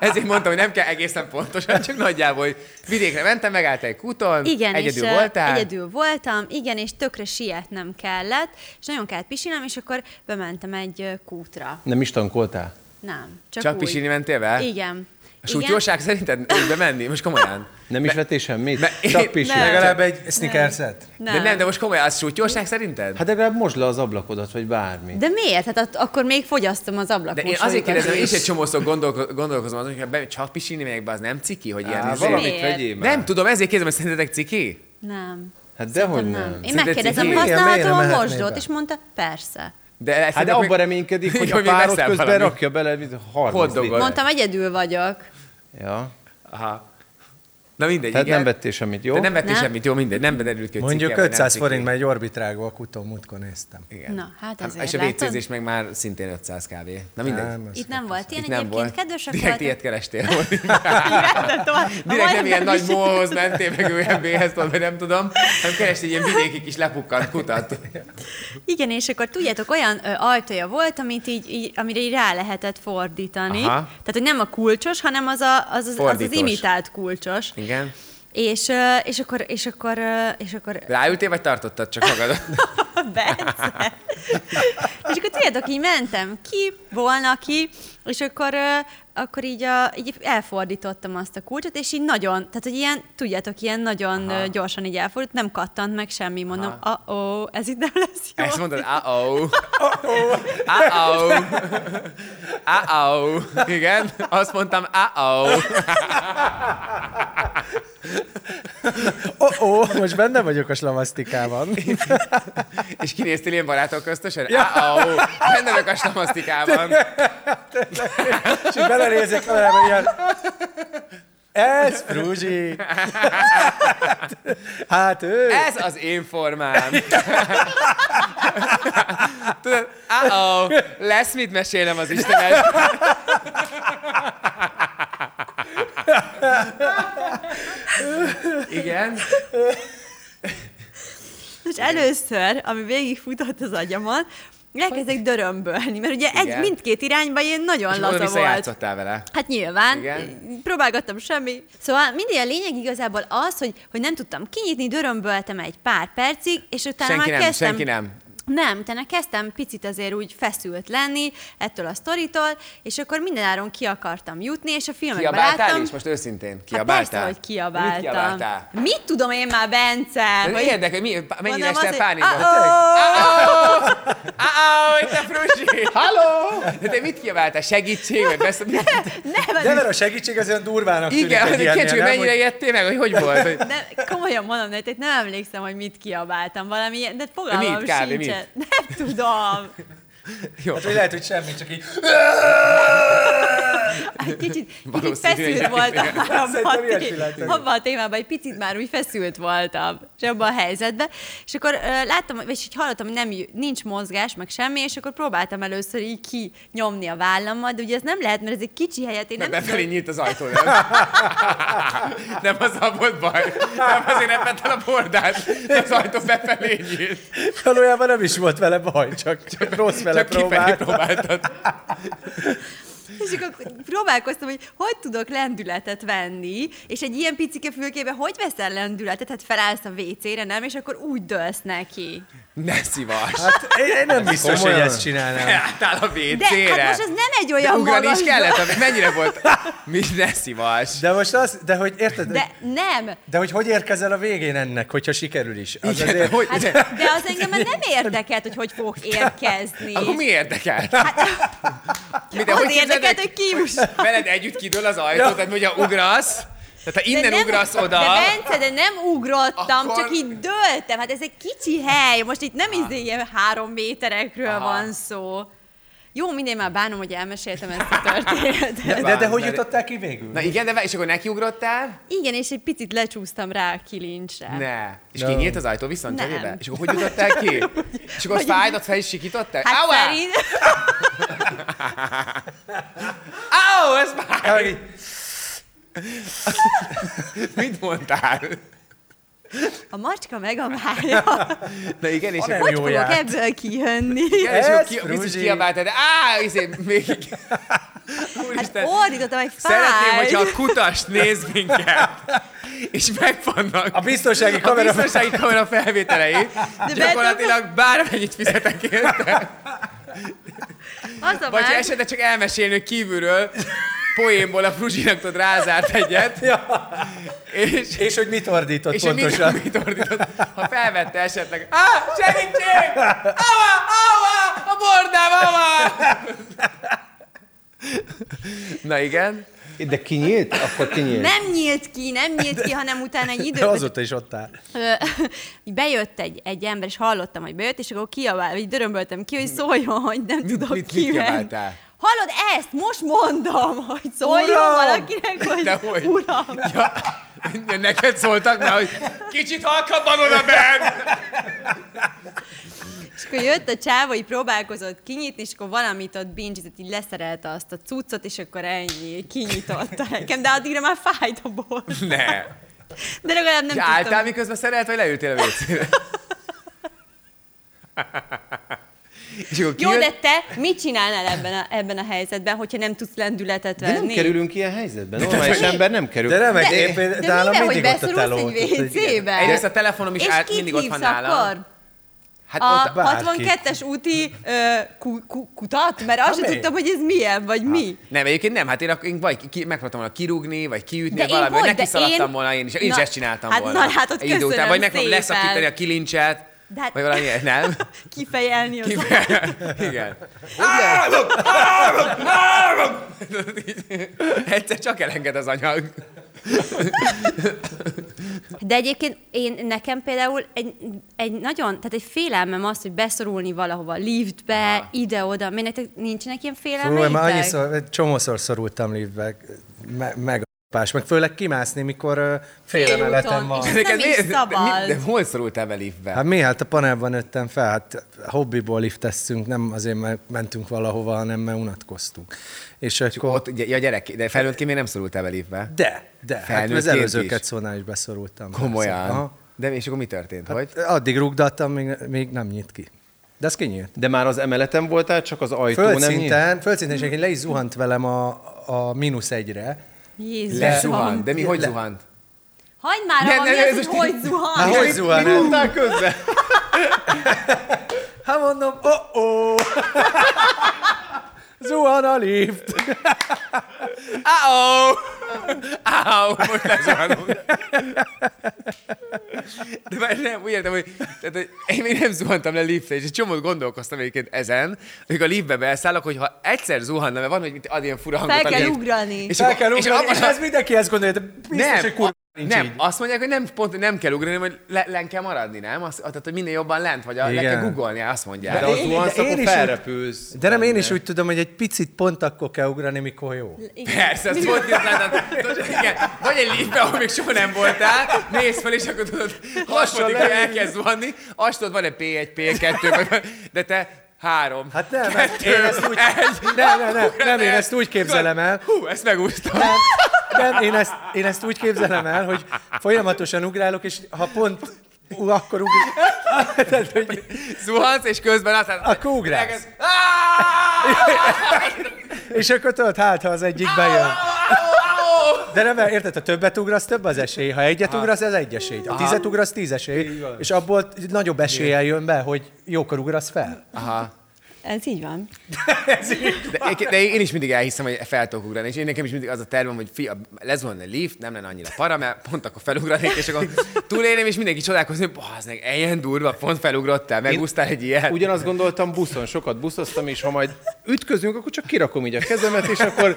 S5: Ezért mondtam, hogy nem kell egészen pontosan, csak nagyjából, hogy vidékre mentem, megállt egy kúton,
S3: Igen,
S5: egyedül
S3: és, ö,
S5: voltál.
S3: Egyedül voltam, igen, és tökre sietnem kellett, és nagyon kellett pisilnem, és akkor bementem egy ö, kútra.
S6: Nem is tankoltál?
S3: Nem, csak,
S5: Csak,
S3: úgy.
S5: pisilni mentél vele?
S3: Igen.
S5: A sútyóság szerinted úgy bemenni? Most komolyan.
S6: Nem is vettél semmit?
S5: Be-
S6: Csak pisi.
S3: Nem.
S9: Legalább egy sneakerset.
S3: Nem.
S5: De nem, de most komolyan, az sútyóság szerinted?
S6: Hát legalább most le az ablakodat, vagy bármi.
S3: De miért? Hát att- akkor még fogyasztom az ablakos
S5: De én azért kérdezem, én is egy csomószor gondolko- gondolkozom azon, hogy be, csak pisilni megyek be, az nem ciki, hogy ilyen...
S6: Á,
S5: izé-
S6: valamit
S3: Miért?
S6: vegyél már.
S5: Nem tudom, ezért kérdezem, hogy szerintetek ciki?
S3: Nem.
S6: Hát dehogy
S3: nem.
S6: nem.
S3: Én
S5: Szerinted
S3: megkérdezem,
S5: ciki?
S9: Igen,
S3: használhatom
S9: miért nem
S3: a
S9: mehetné
S3: mosdót,
S9: be?
S3: és mondta, persze.
S5: De ezt
S6: Hát de
S5: akkor még-
S6: abban reménykedik, hogy a
S5: még
S6: párod
S5: veszel
S6: közben
S5: valamit.
S6: rakja bele, mint harmadni.
S5: Hotdogot.
S3: Mondtam, egyedül vagyok.
S6: Ja.
S5: Aha. Na mindegy,
S6: Tehát
S5: igen.
S6: nem vettél semmit, jó?
S5: De nem vettél
S3: Nem.
S5: semmit, jó, mindegy, nem derült ki, hogy
S9: Mondjuk
S5: cikke vagy nem
S9: 500
S5: cikke.
S9: forint, mert egy orbitrágó a kutó múltkor néztem.
S5: Igen.
S3: Na, hát ezért,
S5: És a
S3: látod?
S5: vécézés meg már szintén 500 kávé. Na mindegy.
S9: Nem, az-
S3: Itt nem volt ilyen
S5: Itt
S3: egyébként,
S5: nem volt.
S3: kedvesek
S5: Direkt
S3: voltak.
S5: ilyet kerestél. Móri.
S3: Direkt, tovább-
S5: Direkt nem
S3: majdnem
S5: ilyen nagy
S3: is.
S5: móhoz mentél, meg ÖMB-hez, vagy nem tudom, hanem kerestél ilyen vidéki kis lepukkant kutat.
S3: Igen, és akkor tudjátok, olyan ö, ajtója volt, amit így, így, amire így rá lehetett fordítani.
S5: Aha.
S3: Tehát, hogy nem a kulcsos, hanem az a, az, az, az, az
S5: Fordítós.
S3: imitált kulcsos.
S5: Igen.
S3: És, ö, és akkor, és akkor, ö, és akkor
S5: Ráültél, vagy tartottad csak magadat?
S3: Bence. és akkor tudjátok, így mentem ki, volna ki, és akkor, ö, akkor így, a, így elfordítottam azt a kulcsot, és így nagyon, tehát hogy ilyen, tudjátok, ilyen nagyon Aha. gyorsan így elfordult, nem kattant meg semmi, mondom, ah ez itt nem lesz jó.
S5: Ezt mondod, uh-oh. Uh-oh. Uh-oh. Igen, azt mondtam, uh-oh.
S9: Ó, ó, Oh, most benne vagyok a slamasztikában.
S5: És kinéztél ilyen barátok köztösen? Uh-oh. Benne vagyok a stamasztikában.
S9: És így belenézek kamerába, ilyen... Ez Fruzsi! Hát ő...
S5: Ez az én formám. Tudod, uh-oh, lesz mit mesélnem az Istenet. Igen.
S3: És először, ami végigfutott az agyamon, elkezdek dörömbölni, mert ugye egy,
S5: Igen.
S3: mindkét irányba én nagyon
S5: És oda
S3: laza volt.
S5: visszajátszottál vele.
S3: Hát nyilván,
S5: Igen.
S3: Igen. próbálgattam semmi. Szóval mindig a lényeg igazából az, hogy, hogy nem tudtam kinyitni, dörömböltem egy pár percig, és utána
S5: Senki
S3: már
S5: nem,
S3: kezdtem...
S5: senki nem.
S3: Nem, utána kezdtem picit azért úgy feszült lenni ettől a sztoritól, és akkor mindenáron ki akartam jutni, és a filmekben
S5: Kiabáltál
S3: láttam...
S5: is? Most őszintén.
S3: Hát
S5: Kiabáltál?
S3: persze, hogy kiabáltam.
S5: Mit kiabáltál?
S3: Mit tudom én már, Bence?
S5: De
S3: hogy-
S5: Érdek, hogy mi, mennyire
S3: Mondom
S5: estél
S3: azt,
S5: pánikba.
S3: hogy "Ah-oh!"
S5: Á, te Fruzsi! Halló! De te mit kiabáltál? Segítség? Vagy besz...
S3: Nem,
S9: De mert a segítség az olyan durvának tűnik
S5: Igen,
S9: egy
S5: hogy
S9: ilyennél,
S5: kérdezik, hogy
S9: nem?
S5: mennyire ijedtél meg, hogy hogy volt? Hogy...
S3: Nem, komolyan mondom nektek, nem emlékszem, hogy mit kiabáltam valami ilyen, de
S5: De mit,
S3: fogalmam
S5: kb.
S3: sincs. Nem tudom.
S5: Jó.
S9: Hát, hogy lehet, hogy semmi, csak így...
S3: Egy kicsit, kicsit
S5: Valószínű,
S3: feszült
S5: igen.
S3: voltam már abban a,
S9: ilyesmi
S3: té-
S9: lehetett.
S3: abban a témában, egy picit már úgy feszült voltam, és abban a helyzetben. És akkor ö, láttam, és így hallottam, hogy nem, jö- nincs mozgás, meg semmi, és akkor próbáltam először így kinyomni a vállammal, de ugye ez nem lehet, mert ez egy kicsi helyet, én
S5: Mert
S3: nem
S5: befelé nyílt az ajtó, nem? nem azzal volt baj. Nem azért nem vett el a bordát, de az ajtó befelé nyílt.
S9: Valójában nem is volt vele baj, csak, csak rossz vele
S5: Csak kifelé
S9: próbált.
S5: próbáltad.
S3: És akkor próbálkoztam, hogy hogy tudok lendületet venni, és egy ilyen picike fülkébe hogy veszel lendületet? Hát felállsz a WC-re, nem? És akkor úgy dőlsz neki.
S5: Ne szivass!
S9: Hát én, én nem biztos, hogy
S6: komolyan?
S9: ezt csinálnám.
S5: Álltál a
S3: De
S5: WC-re!
S3: hát most ez nem egy
S5: De
S3: olyan
S5: ugrani is
S3: magas
S5: kellett? Ami- Mennyire volt? Mi ne szivass!
S9: De most az, de hogy érted?
S3: De nem,
S9: De hogy hogy érkezel a végén ennek, hogyha sikerül is? Az
S5: Igen, de
S9: azért...
S5: hogy,
S3: Hát,
S5: de,
S3: de az engem már nem érdekelt, hogy hogy fogok érkezni.
S5: akkor mi érdekel? Mi, de
S3: Hát- az
S5: hogy képzeld el-
S3: érdekelt, hogy kiuss.
S5: Veled együtt kidől az ajtó, tehát hogyha ugrasz, tehát ha innen ugrasz oda,
S3: De Bence, de nem ugrottam,
S5: Akkor- Hát.
S3: akkor... csak így döltem. Hát ez egy kicsi hely. Most itt nem izé ilyen három méterekről Aha. van szó. Jó, mindig már bánom, hogy elmeséltem ezt a történetet.
S9: De, de, de hogy jutották ki végül?
S5: Na igen, de várj, és akkor nekiugrottál?
S3: Igen, és egy picit lecsúsztam rá a kilincsre.
S5: Ne. És kinyílt az ajtó viszont
S3: Nem.
S5: cserébe? És akkor hogy jutottál ki? És akkor fájt, ott fel is sikítottál?
S3: Hát
S5: Áua!
S3: szerint...
S5: Áó, ez fáj! Mit mondtál?
S3: A macska meg a mája.
S5: Na igen, és
S3: Hogy
S5: akkor...
S3: fogok ebből kijönni?
S5: Igen, és akkor
S9: Ez
S5: ki, biztos
S9: fruzsi.
S5: kiabáltad, de á, izé, még...
S3: Hát
S5: Úristen,
S3: fordítottam, hogy fáj.
S5: szeretném, hogyha a kutast néz minket, és megvannak
S9: A biztonsági
S5: a
S9: kamera...
S5: biztonsági kamera felvételei. Gyakorlatilag bármennyit fizetek érte.
S3: Az a
S5: Vagy ha
S3: baj-
S5: esetleg csak elmesélni hogy kívülről, poénból a Fruzsinak tudod rázárt egyet,
S9: Ja.
S5: és...
S9: És hogy mit ordított
S5: És
S9: pontosan?
S5: mit, mit ordított? Ha felvette esetleg, ah, segítség! Ava, ava, a bordám, ava! Na igen.
S6: De kinyílt? Akkor kinyílt.
S3: Nem nyílt ki, nem nyílt ki, hanem utána egy
S9: De
S3: idő.
S9: azóta is ott áll.
S3: Ö, így bejött egy, egy ember, és hallottam, hogy bejött, és akkor kiabál, így dörömböltem ki, hogy szóljon, hogy nem tudok
S5: Hm. mit- mit
S3: ki menni.
S5: kiabáltál?
S3: Hallod ezt? Most mondom, hogy szóljon
S9: Uram!
S3: valakinek, hogy,
S5: De hogy?
S3: uram.
S5: Ja, neked szóltak már, hogy kicsit halkabban oda bent!
S3: És akkor jött a csávó, így próbálkozott kinyitni, és akkor valamit ott bingizett, így leszerelte azt a cuccot, és akkor ennyi, kinyitotta nekem, de addigra már fájt a bor.
S5: Ne.
S3: De legalább nem
S5: És
S3: tudtam.
S5: álltál, miközben szerelt, vagy leültél a vécére? És akkor
S3: Jó,
S5: kijött-
S3: de te mit csinálnál ebben a, ebben a helyzetben, hogyha nem tudsz lendületet
S6: De nem
S3: venni?
S6: kerülünk ilyen helyzetbe. Normális ember nem kerül.
S9: De remek,
S3: De,
S9: én
S3: de,
S9: például
S3: de
S9: nálam
S3: minden, hogy
S9: mindig ott a
S3: beszorulsz
S9: teló.
S3: egy WC-be.
S5: Egyrészt a telefonom is
S3: És
S5: át,
S3: kit
S5: mindig ott van
S3: hívsz
S5: nálam.
S3: akkor?
S5: Hát
S3: A
S5: ott,
S9: bárkit.
S3: 62-es úti ö, ku, ku, kutat? Mert azt sem
S9: mi?
S3: tudtam, hogy ez milyen, vagy mi.
S5: nem, egyébként nem, hát én, akkor, én vagy ki, ki- megpróbáltam volna kirúgni, vagy kiütni,
S3: De
S5: vagy valami,
S3: én
S5: vagy
S3: hogy?
S5: neki
S3: De
S5: szaladtam
S3: én-
S5: volna én is, én is
S3: Na,
S5: ezt csináltam
S3: hát
S5: volna.
S3: na, hát ott
S5: Egy idő után,
S3: köszönöm
S5: vagy megpróbálom
S3: szépen.
S5: leszakítani a kilincset,
S3: De hát-
S5: vagy valami ilyen, nem?
S3: Kifejelni az
S5: Igen. Egyszer csak elenged az anyag.
S3: De egyébként én nekem például egy, egy nagyon, tehát egy félelmem az, hogy beszorulni valahova, liftbe, ide-oda. Mi nektek nincsenek ilyen
S9: Fú, én
S3: félelmeitek?
S9: már annyiszor, egy csomószor szorultam liftbe, me, meg a pás, meg főleg kimászni, mikor ö, fél
S3: Félúton,
S9: emeleten van.
S3: és- Nem is
S5: miért- de
S3: szabad.
S5: mi- De hol szorultál be liftbe?
S9: Hát mi, hát a panelban nőttem fel, hát hobbiból lifteztünk, nem azért, mert mentünk valahova, hanem mert unatkoztunk. És akkor...
S5: Ott, ugye, ja, gyerek, de felnőttként még nem szorultál be liftbe.
S9: De, de, hát az
S5: Felnőttként
S9: előzőket
S5: is.
S9: szónál is beszorultam.
S5: Komolyan.
S9: persze. Aha. Hát
S5: De és akkor mi történt, hogy?
S9: Addig rugdaltam, még, még nem nyit ki. De ez kinyílt.
S6: De már az emeleten voltál, csak az ajtó nem nyílt?
S9: Földszinten, földszinten, és egyébként le is zuhant velem a, a mínusz egyre.
S5: Lezuhant.
S3: Jézusom.
S5: De mi hogy zuhant?
S3: Hagyd már,
S5: Ne,
S3: ne,
S5: ne,
S3: ne,
S5: ez
S3: az, hogy
S5: most
S3: hogy
S5: így-
S3: zuhan.
S9: hogy zuhan el?
S5: Rúgtál közben?
S9: Hát mondom, oh -oh. Zuhan a lift.
S5: Áó! Áó! Most lezuhanom. De már nem, úgy értem, hogy, tehát, hogy én még nem zuhantam le liftre, és egy csomót gondolkoztam egyébként ezen, hogy a liftbe beszállok, hogy ha egyszer zuhanna, mert van, hogy mit ad ilyen fura hangot
S3: Fel
S5: a
S3: kell
S5: lift.
S3: ugrani.
S5: És
S9: Fel kell
S5: és
S9: ugrani,
S5: abban
S9: és
S5: a-
S9: ez mindenki ezt gondolja, de biztos,
S5: nem,
S9: hogy kurva
S5: a-
S9: nincs
S5: nem,
S9: így.
S5: azt mondják, hogy nem, pont nem kell ugrani, hogy le, len kell maradni, nem? Azt, tehát, hogy minél jobban lent vagy, a, le
S9: Igen.
S5: kell googolni, azt mondják.
S6: De az
S9: Én-
S6: zuhansz,
S9: de én
S6: akkor
S9: is úgy-
S6: felrepülsz.
S9: De nem, én is úgy tudom, hogy egy picit pont akkor kell ugrani, mikor jó.
S5: Persze, ez volt is látod, tudod, igen, vagy egy liftbe, ahol még soha nem voltál, nézd fel, és akkor tudod, hasonlóan elkezd zuhanni, azt tudod, van-e P1, P2, vagy- de te három.
S9: Hát nem, nem,
S5: Kettő,
S9: én ezt úgy,
S5: egy,
S9: nem, nem, nem,
S5: ugrani
S9: nem, én
S5: el.
S9: ezt úgy képzelem el,
S5: Hú, ezt megúsztam.
S9: nem, nem én, ezt, én ezt úgy képzelem el, hogy folyamatosan ugrálok, és ha pont ú, akkor ugrálok. Tehát, hogy
S5: Zuhansz, és közben azt látod,
S9: Akkor ugrálsz.
S5: elkezd- Áááá!
S9: És akkor tudod, hát, ha az egyik bejön.
S5: Áááá!
S9: De nem, mert érted, ha többet ugrasz, több az esély. Ha egyet ugrasz, ez egy esély. Ha tízet ugrasz, tíz esély. És abból nagyobb eséllyel jön be, hogy jókor ugrasz fel.
S3: Ez így van.
S5: De, én- de én is mindig elhiszem, hogy fel tudok ugrani, és én nekem is mindig az a tervem, hogy fia, lezuhanna a lift, nem lenne annyira para, mert pont akkor felugranék, és akkor túlélném, és mindenki csodálkozni, hogy bazdnek, ilyen durva, pont felugrottál, megúsztál egy ilyet. Ugyan...
S6: Ugyanazt gondoltam buszon, sokat buszoztam, és ha majd ütközünk, akkor csak kirakom így a kezemet, és akkor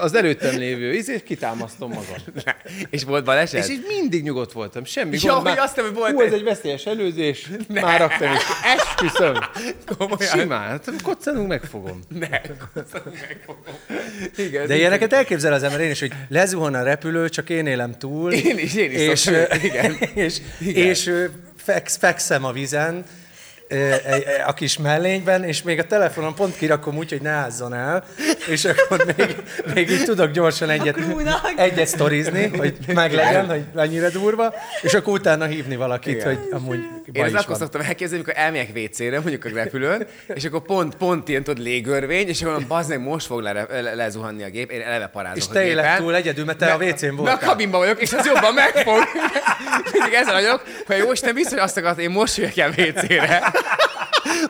S6: az előttem lévő izét kitámasztom magam.
S5: És volt baleset?
S6: És így mindig nyugodt voltam, semmi
S5: Ja,
S6: gond.
S5: hogy
S6: már-
S5: azt hittem, hogy volt
S6: Hú, ez
S5: egy-
S6: egy veszélyes előzés, már raktam is. Esküszöm.
S5: Komolyan.
S6: Simán. hát koccanunk, megfogom.
S5: Ne, koccanunk megfogom. Igen,
S9: De ilyeneket elképzel az ember, én is, hogy lezuhan a repülő, csak én élem túl.
S5: Én is, én is
S9: És,
S5: szoktam,
S9: ö,
S5: igen.
S9: és,
S5: Igen.
S9: és ö, feksz, fekszem a vizen, ö, egy- a kis mellényben, és még a telefonon pont kirakom úgy, hogy ne ázzon el, és akkor még, még így tudok gyorsan egyet, egyet sztorizni, hogy meglegyen, hogy annyira durva, és akkor utána hívni valakit,
S5: Igen.
S9: hogy amúgy
S5: Én
S9: baj
S5: ezt
S9: is
S5: akkor
S9: van.
S5: szoktam elképzelni, amikor elmegyek WC-re, mondjuk a repülőn, és akkor pont, pont ilyen, tudod, légörvény, és akkor bazd meg, most fog le, le, lezuhanni a gép, én eleve parázok
S9: És
S5: a
S9: te élek
S5: gépen.
S9: túl egyedül, mert te a WC-n
S5: Mert a
S9: voltál.
S5: kabinban vagyok, és az jobban megfog. Mindig ezen vagyok, hogy jó Isten biztos, hogy azt akart, én most jöjjek el WC-re.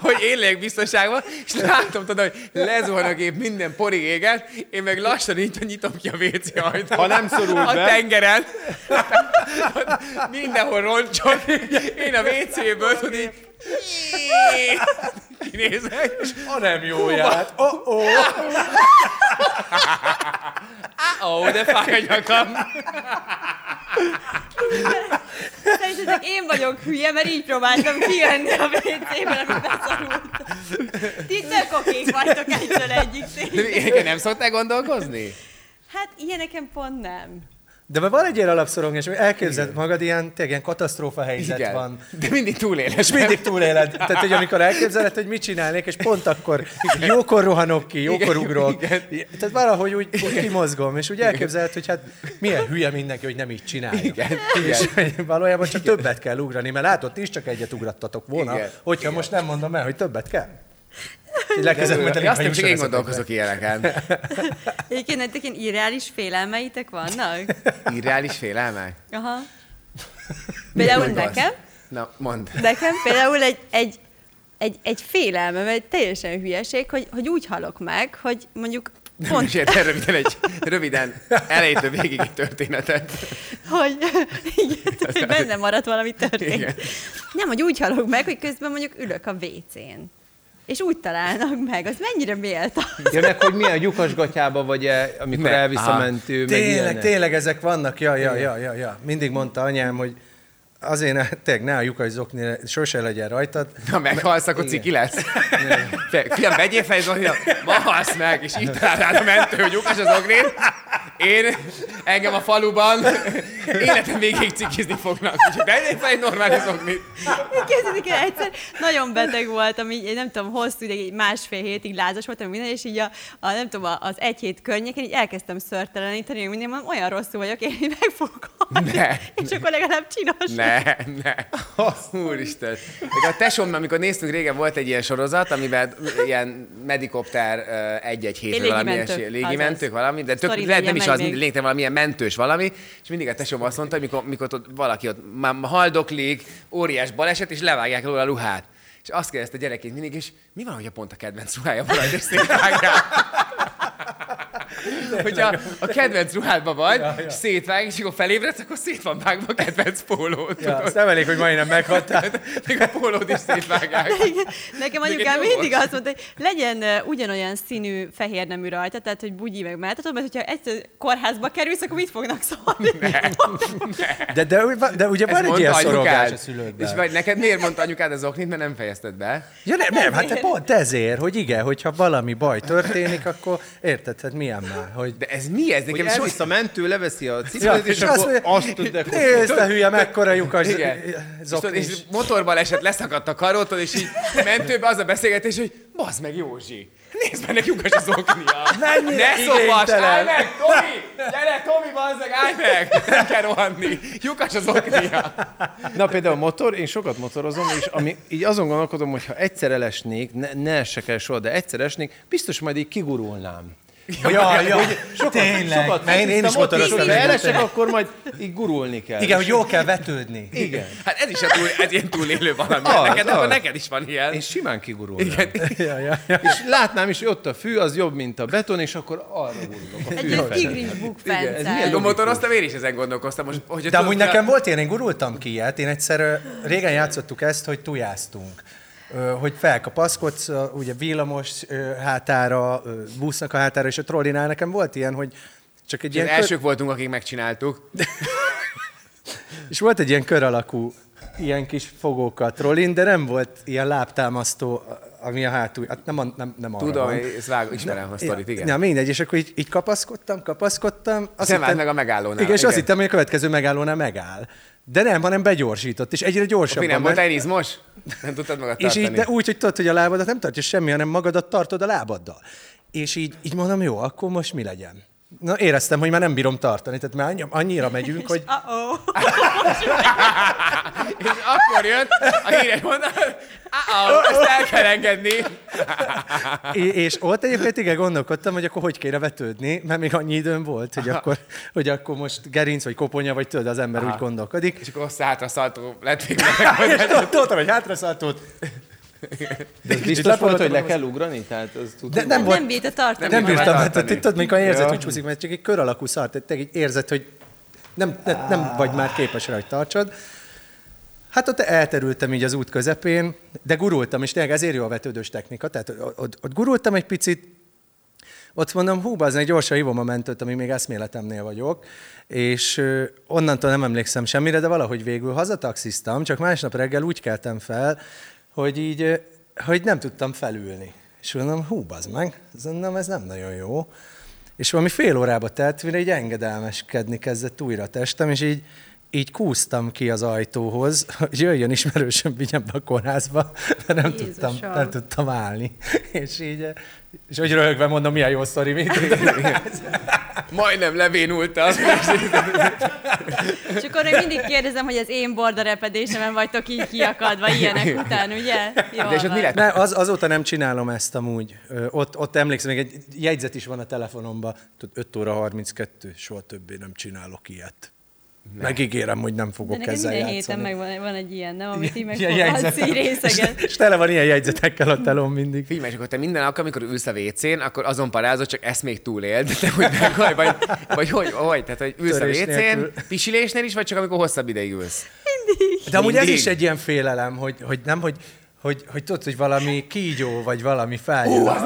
S5: hogy én legyek biztonságban, és látom, tudod, hogy lezuhan a gép minden porig éget, én meg lassan így nyitom ki a WC ajtót.
S6: Ha nem szorul
S5: A
S6: be.
S5: tengeren. Mindenhol roncsol. Én a WC-ből, tudod így... Kinézek. és
S9: Ha nem jó
S5: hát,
S9: járt, oh -oh.
S5: Ó, oh, de fáj a nyakam.
S3: Szerintetek én vagyok hülye, mert így próbáltam kijönni a WC-ben, amikor beszorultam. Ti tök okék vagytok egytől egyik
S5: De
S3: szél.
S5: ilyeneken nem szoktál gondolkozni?
S3: Hát ilyeneken pont nem.
S9: De mert van egy ilyen alapszorongás, hogy elképzeld magad, ilyen, tényleg ilyen katasztrófa helyzet
S5: Igen.
S9: van.
S5: De mindig túlélek.
S9: És mindig túléled. Tehát, hogy amikor elképzeled, hogy mit csinálnék, és pont akkor jókor rohanok ki, jókor
S5: Igen,
S9: ugrok.
S5: igen.
S9: Tehát valahogy úgy, úgy kimozgom, és úgy elképzeled, hogy hát milyen hülye mindenki, hogy nem így csinálja. Igen, és hogy valójában csak többet kell ugrani, mert látod, ti is csak egyet ugrattatok volna,
S5: Igen,
S9: hogyha most nem mondom el, hogy többet kell. Így Legközelebb, majd
S5: Én
S9: elég,
S5: azt
S9: ha
S5: nem csak én
S9: műsor ezekben.
S5: gondolkozok ilyeneken.
S3: Egyébként nektek ilyen irreális félelmeitek vannak?
S5: Irreális félelmek?
S3: Aha. Például
S5: Igaz.
S3: nekem,
S5: Na, mondd.
S3: nekem például egy, egy, egy, egy félelmem, egy teljesen hülyeség, hogy, hogy úgy halok meg, hogy mondjuk
S5: Mondd
S3: pont
S5: is érted röviden egy, röviden, elejétől végig egy történetet.
S3: hogy, igen, hogy benne maradt valami történt.
S5: Igen.
S3: Nem, hogy úgy halok meg, hogy közben mondjuk ülök a WC-n. És úgy találnak meg, az mennyire méltó.
S6: Ja, meg hogy milyen lyukas gatyába vagy -e, amikor
S5: Ne.
S6: elvisz a
S5: Aha.
S6: mentő, meg
S9: Tényleg,
S6: ilyenek.
S9: tényleg ezek vannak, ja, ja, ja, ja, ja. Mindig mondta anyám, hogy azért ne, tényleg ne a lyukas zokni, sose legyen rajtad.
S5: Ha meghalsz, akkor ciki lesz. Fe- Fiam, vegyél fel, Zoli, ma halsz meg, és itt áll rád a mentő, hogy Lukas az ogrét. Én, engem a faluban életem végig cikizni fognak. Úgyhogy vegyél fel egy normális ognit.
S3: Képzeljétek el, egyszer nagyon beteg voltam, így én nem tudom, hosszú ideig, így másfél hétig lázas voltam minden, és így a, a nem tudom, a- az egy hét környékén így elkezdtem szörteleníteni, hogy minden mondom, olyan rosszul vagyok, én így meg fogok halni.
S5: Ne.
S3: És akkor legalább csinos.
S5: Ne, ne. Úristen. Még a tesóm, amikor néztünk, régen volt egy ilyen sorozat, amiben ilyen medikopter ö, egy-egy hétre
S3: Légi
S5: valami
S3: mentők,
S5: ilyesmi- légimentők,
S3: azaz.
S5: valami, de tök,
S3: Sztori,
S5: lehet nem
S3: legyen
S5: is
S3: meg
S5: az,
S3: még.
S5: mindig lényegtelen valamilyen mentős valami, és mindig a tesóm azt mondta, hogy mikor, mikor ott valaki ott már haldoklik, óriás baleset, és levágják róla a ruhát. És azt kérdezte gyerekként mindig, és mi van, hogyha pont a kedvenc ruhája van, és szétvágják? Hogyha a kedvenc ruhádban vagy, ja, ja. és szétvág, és akkor felébredsz, akkor szét van vágva a kedvenc pólót.
S9: Ja, azt nem elég, hogy majdnem meghattál.
S5: Még Hát, a pólód is szétvágják.
S3: Igen. Nekem
S5: Még egy
S3: anyukám
S5: dobos.
S3: mindig azt mondta, hogy legyen ö, ugyanolyan színű fehér nemű rajta, tehát hogy bugyi meg mellett, mert hogyha egyszer kórházba kerülsz, akkor mit fognak szólni?
S9: De, de, de
S5: Ezt
S9: ugye van egy ilyen
S5: mondta
S9: szorongás
S5: anyukád.
S9: a
S5: És
S9: szülőkben.
S5: vagy neked miért mondta anyukád az oknit, mert nem fejezted be?
S9: Ja nem, nem, hát pont ezért, hogy igen, hogyha valami baj történik, akkor érted, hát milyen már, hogy...
S5: De ez mi ez?
S6: Hogy
S5: Nekem
S6: elvisz a mentő, leveszi a
S9: Ja,
S6: cipőt, és, akkor azt tud dekoltálni.
S9: nézd a hülye, mekkora lyukas
S5: Igen. És, tudod,
S9: zokni.
S5: és motorban esett, leszakadt a karotól, és így mentőbe az a beszélgetés, hogy bazd meg Józsi, nézd meg neki lyukas az oknia.
S9: Mennyire
S5: ne szopass,
S9: igénytelen.
S5: állj meg, Tomi! Gyere, Tomi, bazd meg, állj meg! Nem kell rohanni, lyukas az oknia.
S6: Na például motor, én sokat motorozom, és ami, így azon gondolkodom, hogy ha egyszer elesnék, ne, ne essek el soha, de egyszer esnék, biztos majd így kigurulnám.
S9: Ja, ja,
S6: Sokat,
S9: tényleg,
S6: sokat
S9: mert én, én is
S6: fociztam, ott
S9: motoroztam.
S6: így, Ha elesek,
S9: mindent.
S6: akkor majd így gurulni kell.
S9: Igen,
S6: És-
S9: hogy jól kell vetődni.
S6: igen.
S5: Hát ez is a túl, ez ilyen túlélő valami.
S6: Az,
S5: neked,
S6: az.
S5: akkor neked is van ilyen.
S6: Én simán kigurulnám. Igen.
S9: Ja, ja, ja.
S6: És látnám is, hogy ott a fű, az jobb, mint a beton, és akkor arra gurulok. A
S3: Egy
S6: fű
S3: ilyen
S6: felé.
S3: tigris
S5: Én
S3: bukfencel.
S5: Amikor motoroztam, én is ezen gondolkoztam. Most, hogyha
S9: De
S5: tudod,
S9: amúgy
S5: mi a-
S9: nekem volt ilyen, én gurultam ki ilyet. Én egyszer ö, régen játszottuk ezt, hogy tujáztunk. Ö, Hogy felkapaszkodsz, ö, ugye villamos ö, hátára, ö, busznak a hátára, és a trollinál nekem volt ilyen, hogy csak egy
S5: És
S9: ilyen
S5: az
S9: kör,
S5: elsők voltunk, akik megcsináltuk.
S9: és volt egy ilyen kör alakú ilyen kis fogókkal trollin, de nem volt ilyen lábtámasztó ami a hátul, hát nem, a- nem, nem arra
S5: Tudom,
S9: van.
S5: ez vágó, ismerem a sztorit, igen.
S9: Na, mindegy, és akkor így, így kapaszkodtam, kapaszkodtam. Azt
S5: nem állt meg a megállónál,
S9: Igen, és
S5: igen.
S9: azt hittem, hogy a következő megállónál megáll. De nem, hanem begyorsított, és egyre gyorsabban.
S5: Mi nem volt
S9: ment.
S5: elizmos? Nem tudtad magad
S9: És
S5: tartani.
S9: így, de úgy, hogy tudod, hogy a lábadat nem tartja semmi, hanem magadat tartod a lábaddal. És így, így mondom, jó, akkor most mi legyen? Na, éreztem, hogy már nem bírom tartani, tehát már annyi- annyira megyünk, hogy
S5: És akkor jött a híres mondat, "Á, ezt el kell engedni.
S9: É- és ott egyébként igen gondolkodtam, hogy akkor hogy kéne vetődni, mert még annyi időm volt, hogy akkor, hogy akkor most gerinc, vagy koponya, vagy tudod, az ember úgy gondolkodik.
S5: És akkor hosszú hátraszaltó lett még
S9: És tud- tudtam, hogy hátraszaltót.
S5: De
S6: Biztos volt, hogy le kell ugrani? Tehát az tud...
S9: De nem,
S10: Nem
S9: volt,
S10: bírta tartani.
S9: nem
S5: bírta
S9: bírtam, hát
S5: tartani.
S9: tudod, mikor érzed, hogy csúszik, mert csak egy kör alakú szar, tehát te így érzed, hogy nem, ne, nem vagy már képes rá, hogy tartsad. Hát ott elterültem így az út közepén, de gurultam, és tényleg ezért jó a vetődős technika, tehát ott, ott, ott gurultam egy picit, ott mondom, hú, az egy gyorsan hívom a mentőt, ami még eszméletemnél vagyok, és ö, onnantól nem emlékszem semmire, de valahogy végül hazataxiztam, csak másnap reggel úgy keltem fel, hogy így, ö, hogy nem tudtam felülni. És mondom, hú, bazd meg, Azt mondom, ez nem nagyon jó. És valami fél órába telt, mire így engedelmeskedni kezdett újra a testem, és így, így kúztam ki az ajtóhoz, hogy jöjjön ismerősöm, vigyem be a kórházba, mert nem tudtam, nem tudtam állni. És így, eh, és hogy röhögve mondom, milyen jó sztori, mint
S5: Majdnem levénultam.
S3: És akkor én mindig kérdezem, hogy az én bordarepedésemen vagytok így kiakadva ilyenek után, ugye? Jól
S5: De és ott mi
S3: van.
S5: lett?
S9: Ne, az, azóta nem csinálom ezt amúgy. Ö, Ott, ott emlékszem, még egy jegyzet is van a telefonomban. Tudod, 5 óra 32, soha többé nem csinálok ilyet. Ne. Megígérem, hogy nem
S3: De
S9: fogok
S3: neked
S9: ezzel
S3: minden
S9: játszani.
S3: héten meg van, van egy ilyen, nem? Amit így
S9: Ilyen
S3: megfogadsz így részegen.
S9: És, és tele van ilyen jegyzetekkel a telom mindig.
S5: Figyelj, és akkor te minden alkalom, amikor ülsz a WC-n, akkor azon parázod, csak ezt még túléld, de te hogy meg vagy, vagy, vagy hogy, hogy, tehát hogy ülsz
S9: Törés
S5: a WC-n,
S9: nélkül.
S5: pisilésnél is, vagy csak amikor hosszabb ideig ülsz?
S9: De amúgy ez
S5: Mindig.
S9: is egy ilyen félelem, hogy, hogy nem, hogy, hogy, hogy tudod, hogy valami kígyó, vagy valami feljön.
S3: Az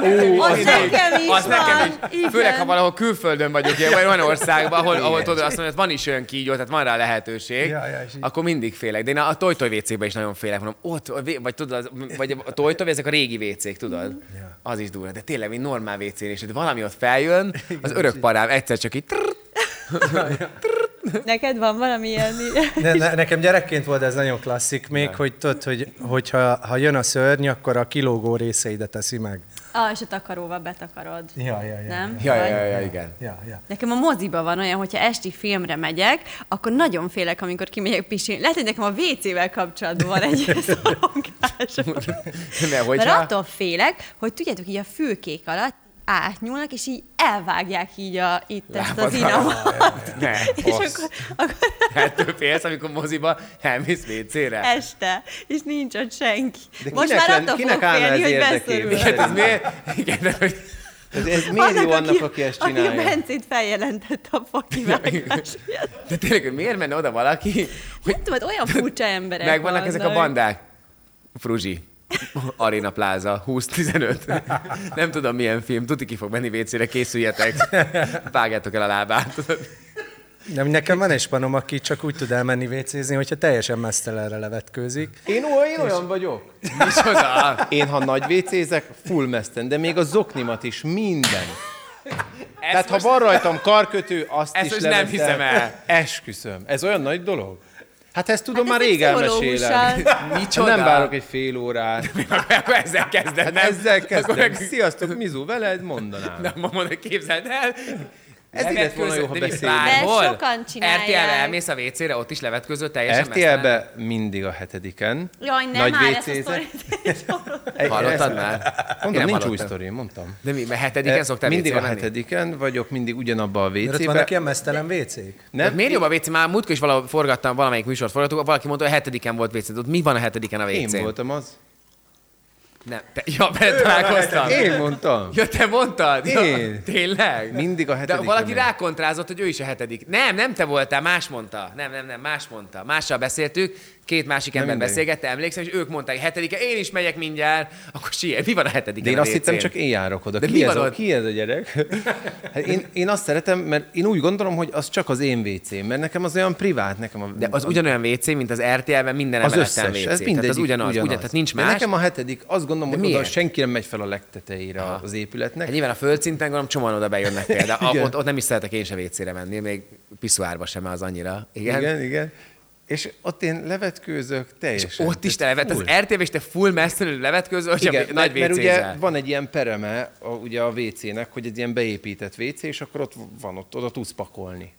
S3: nekem is
S5: Az nekem
S3: van.
S5: is. Főleg, ha
S3: igen.
S5: valahol külföldön vagyok, ilyen, vagy olyan országban, ahol, ahol tudod, azt mondod, van is olyan kígyó, tehát van rá lehetőség,
S9: Ja, ja, és így-
S5: akkor mindig félek. De én a tojtoj wc is nagyon félek, mondom, ott, a vé- vagy tudod, az- vagy a tojtoj, ezek a régi wc tudod? Az is durva. De tényleg, mint normál wc és hogy valami ott feljön, az örök parám egyszer csak így trrr,
S3: Neked van valami ilyen?
S9: Ne, ne, nekem gyerekként volt ez nagyon klasszik még, hogy tudod, hogy, hogyha ha jön a szörny, akkor a kilógó részeidet teszi meg.
S3: Ah, és a takaróval betakarod.
S9: Ja, ja, ja.
S3: Nem?
S5: Ja, ja,
S3: Vagy-
S5: ja, ja, igen.
S9: Ja, ja.
S3: Nekem a moziba van olyan, hogyha esti filmre megyek, akkor nagyon félek, amikor kimegyek pisilni. Lehet, hogy nekem a WC-vel kapcsolatban van egy ilyen szorongásom.
S5: Mert
S3: Mert
S5: hogyha...
S3: attól félek, hogy tudjátok, így a fülkék alatt átnyúlnak, és így elvágják így a, itt ezt az inamat.
S5: Ne,
S3: És
S5: fasz.
S3: akkor, akkor
S5: Ettől Hát, félsz, amikor moziba elmész WC-re?
S3: este, és nincs ott senki.
S6: De
S3: Most
S6: kinek
S3: már
S6: len-
S3: attól
S6: kinek
S3: fogok
S6: állna
S3: félni,
S6: ez
S3: hogy
S6: érdekében?
S3: beszorul.
S5: Hát ez miért? Igen, de hogy...
S6: Ez, ez miért jó annak, aki ezt csinálja?
S3: Aki a Bencét feljelentette a fakivágás.
S5: De tényleg, hogy miért menne oda valaki, hogy
S3: Nem
S11: hát
S3: tudod, olyan furcsa emberek
S5: megvannak ezek a
S3: vannak.
S5: bandák? Fruzsi. Arena Plaza, 20-15. Nem tudom milyen film, tuti ki fog menni WC-re, készüljetek. Vágjátok el a lábát. tudod.
S9: Nem, nekem van egy spanom, aki csak úgy tud elmenni vécézni, hogyha teljesen mesztelenre levetkőzik.
S6: Én, olyan, én olyan vagyok.
S5: Micsoda?
S6: Én, ha nagy vécézek, full meszten, de még a zoknimat is, minden. Tehát, ha van rajtam karkötő, azt
S5: Ezt
S6: is
S5: most nem
S6: leveszem.
S5: hiszem el.
S6: Esküszöm. Ez olyan nagy dolog? Hát ezt tudom,
S3: Hát ez
S6: már
S3: egy
S6: rég elmesélem. Hát
S3: pszichológussal.
S5: Micsoda?
S6: Nem várok egy fél órát.
S5: Akkor ezzel kezded,
S6: Hát
S5: nem?
S6: ezzel kezdem.
S5: Akkor meg...
S6: Sziasztok, Mizu, veled mondanám.
S5: Nem mondom, hogy képzeld el.
S6: Ez így lett volna jó, ha beszélünk.
S5: Bárhol?
S3: De sokan csinálják.
S5: RTL-be elmész a WC-re, ott is levetközöl, teljesen mesztelen.
S6: RTL-be mindig a hetediken.
S3: Jaj, nem
S6: Nagy
S11: hát
S3: már ezt a
S6: vécézek.
S3: sztorit.
S6: Egy-
S5: Hallottad
S6: ezt-
S5: már? Én
S6: Mondom,
S5: nem
S6: nincs új
S5: hallottam.
S6: sztori, mondtam.
S5: De mi, mert hetediken szoktál
S6: Mindig
S5: WC-re
S6: a
S5: menni?
S6: hetediken vagyok, mindig ugyanabba a
S9: Mert ott vannak
S6: WC-be.
S9: ilyen mesztelen vécék.
S5: Nem, miért jobb a WC? Már múltkor is valahol forgattam, valamelyik műsort forgattuk, valaki mondta, hogy a hetediken volt WC. Ott mi van a hetediken a
S6: Én
S5: WC?
S6: voltam az.
S5: Nem, te, ja, mert találkoztam.
S6: Én mondtam.
S5: Ja, te mondtad? Ja,
S6: Én.
S5: tényleg?
S6: Mindig a hetediken
S5: De valaki
S6: megy.
S5: rákontrázott, hogy ő is a hetedik. Nem, nem te voltál, más mondta. Nem, nem, nem, más mondta. Mással beszéltük, két másik ember
S6: mindegy.
S5: beszélgettem, emlékszem, és ők mondták, hetedike, én is megyek mindjárt, akkor siet, mi van a hetediken?
S6: De én
S5: a
S6: azt hittem,
S5: WC-n?
S6: csak én járok oda.
S5: De
S6: De
S5: mi
S6: ki, ez
S5: van
S6: a,
S5: ott?
S6: ki ez a gyerek? Hát én, én azt szeretem, mert én úgy gondolom, hogy az csak az én wc mert nekem az olyan privát, nekem a...
S5: De az ugyanolyan WC, mint az RTL-ben minden
S6: az
S5: emeleten
S6: összes,
S5: WC.
S6: ez
S5: Tehát
S6: mindegyik
S5: az ugyanaz, ugyanaz. Ugyan, tehát nincs
S6: De
S5: más.
S6: nekem a hetedik, azt gondolom,
S5: De
S6: hogy oda
S5: miért?
S6: senki nem megy fel a legtetejére az épületnek.
S5: Hát nyilván a földszinten gondolom csomóan oda bejönnek például.
S6: Igen.
S5: ott, ott, nem is szeretek én se WC-re menni, még piszuárba sem az annyira. Igen.
S6: Igen, igen. igen. És ott én levetkőzök teljesen.
S5: És ott is te levet, az
S6: hát full.
S5: RTV és te full messzelő levetközöl, hogy
S6: Igen,
S5: a nagy
S6: mert, mert ugye
S5: WC-zel.
S6: van egy ilyen pereme a, ugye a WC-nek, hogy egy ilyen beépített WC, és akkor ott van, ott, oda tudsz pakolni.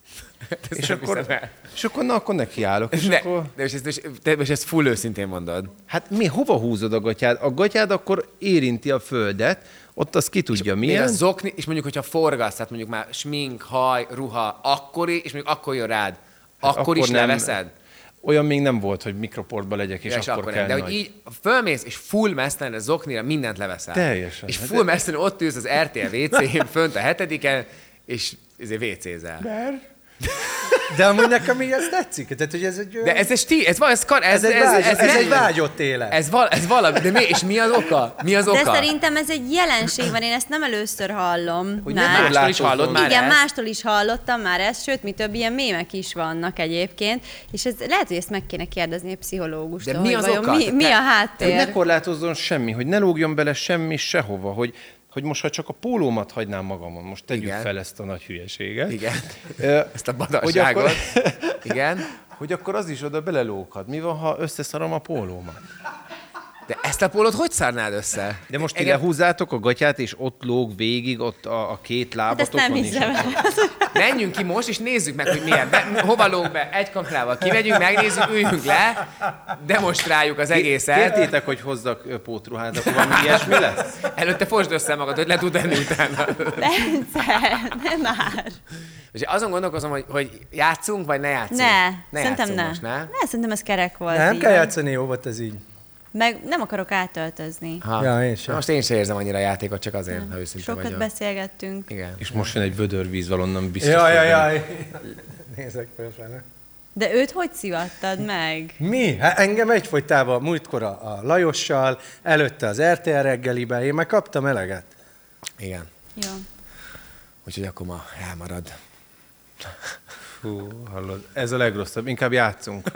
S6: és,
S5: nem
S6: akkor,
S5: hiszem el.
S6: és akkor, na, akkor nekiállok. És
S5: Ne,
S6: akkor,
S5: de most ezt, most, te most ezt full őszintén mondod.
S6: hát mi, hova húzod a gatyád? A gatyád akkor érinti a földet, ott az ki tudja
S5: Milyen?
S6: milyen.
S5: Még a zokni, és mondjuk, hogyha forgasz, tehát mondjuk már smink, haj, ruha, akkori, és mondjuk akkor jön rád. Akkor, akkor is
S6: Hát nem-
S5: leveszed?
S6: Olyan még nem volt, hogy mikroportba legyek, és,
S5: És, és akkor,
S6: akkor
S5: nem.
S6: kell
S5: De hogy
S6: nagy.
S5: így fölmész, és full messzenre, zoknira mindent leveszel.
S6: Teljesen.
S5: És full messzenre ott ülsz az RTL WC-n, fönt a hetediken, és ezért WC-zel.
S9: Mert? De amúgy nekem így ez tetszik. Tehát, hogy ez egy...
S5: De ez egy stíl, ez, van, ez, kar, ez,
S9: Ez egy vágy- ez
S5: nem-
S9: egy vágyott élet.
S5: Ez, val, ez valami, de mi, és mi az oka? Mi az oka?
S11: De szerintem ez egy jelenség, mert én ezt nem először hallom.
S6: Hogy
S11: már.
S6: nem
S5: Mástól is hallod már
S11: Igen,
S5: ezt?
S11: mástól is hallottam már ezt, sőt, mi több ilyen mémek is vannak egyébként, és ez, lehet, hogy ezt meg kéne kérdezni egy pszichológustól,
S5: De mi
S11: hogy
S5: az
S11: vajon
S5: oka?
S11: mi,
S5: Te-
S11: mi a
S6: Hát, Hogy ne
S11: háttér.
S6: korlátozzon semmi, hogy ne lógjon bele semmi sehova, hogy, hogy most ha csak a pólómat hagynám magamon, most tegyük
S5: Igen.
S6: Igen. fel ezt a nagy hülyeséget.
S5: Igen.
S6: Ö,
S5: Ezt a
S6: hogy
S5: badalságot.
S6: akkor,
S5: Igen.
S6: hogy akkor az is oda belelóghat. Mi van, ha összeszarom a pólómat?
S5: De ezt a pólót hogy szárnád össze?
S6: De most
S5: Engem-
S6: ide húzátok a gatyát, és ott lóg végig, ott a, a két
S11: Hát ezt
S6: lábatokon
S11: nem hiszem.
S6: is.
S11: el.
S5: Menjünk ki most, és nézzük meg, hogy milyen. Be, hova lóg be? Egy kanklával kimegyünk, megnézzük, üljünk le, demonstráljuk az egészet.
S6: Kértétek, hogy hozzak ö, pótruhát, akkor valami ilyesmi lesz?
S5: Előtte fosd össze magad, hogy le tud enni utána.
S11: Bence, nem már.
S5: És azon gondolkozom, hogy, hogy játszunk, vagy ne játszunk?
S11: Ne,
S5: ne
S11: szerintem
S5: játszunk
S11: ne.
S5: Most, ne?
S11: Ne, szerintem ez kerek volt.
S9: Nem
S11: így.
S9: kell játszani, jó volt ez így.
S11: Meg nem akarok átöltözni.
S5: Ha.
S9: Ja, én sem.
S5: Na Most én sem érzem annyira a játékot, csak azért, ha őszinte
S11: Sokat
S5: vagyok.
S11: beszélgettünk.
S5: Igen.
S6: És most jön egy vödörvíz valonnan biztos.
S9: Jaj,
S6: hogy
S9: jaj,
S6: benne.
S9: jaj. Nézek fölfele.
S11: De őt hogy szivattad meg?
S9: Mi? Hát engem egyfolytában múltkor a, a Lajossal, előtte az RTL reggeliben, én már kaptam eleget.
S5: Igen.
S11: Jó.
S5: Úgyhogy akkor ma elmarad.
S6: Hú, hallod, ez a legrosszabb, inkább játszunk.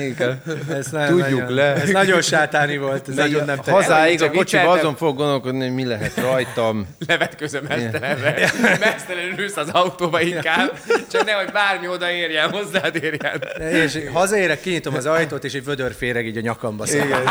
S6: inkább.
S9: Ez nagyon,
S6: Tudjuk
S9: nagyon,
S6: le.
S9: Ez nagyon sátáni volt, ez nagyon nem tetszett.
S6: Hazáig a
S5: Csak
S6: kocsiba
S5: vicceltem.
S6: azon fog gondolkodni, hogy mi lehet rajtam.
S5: Levetközöm mesztelenbe. Mesztelenül ülsz az autóba inkább, csak nehogy bármi odaérjen, hozzád érjen.
S9: És hazaérek, kinyitom az ajtót, és egy vödörféreg így a nyakamba száll. Igen,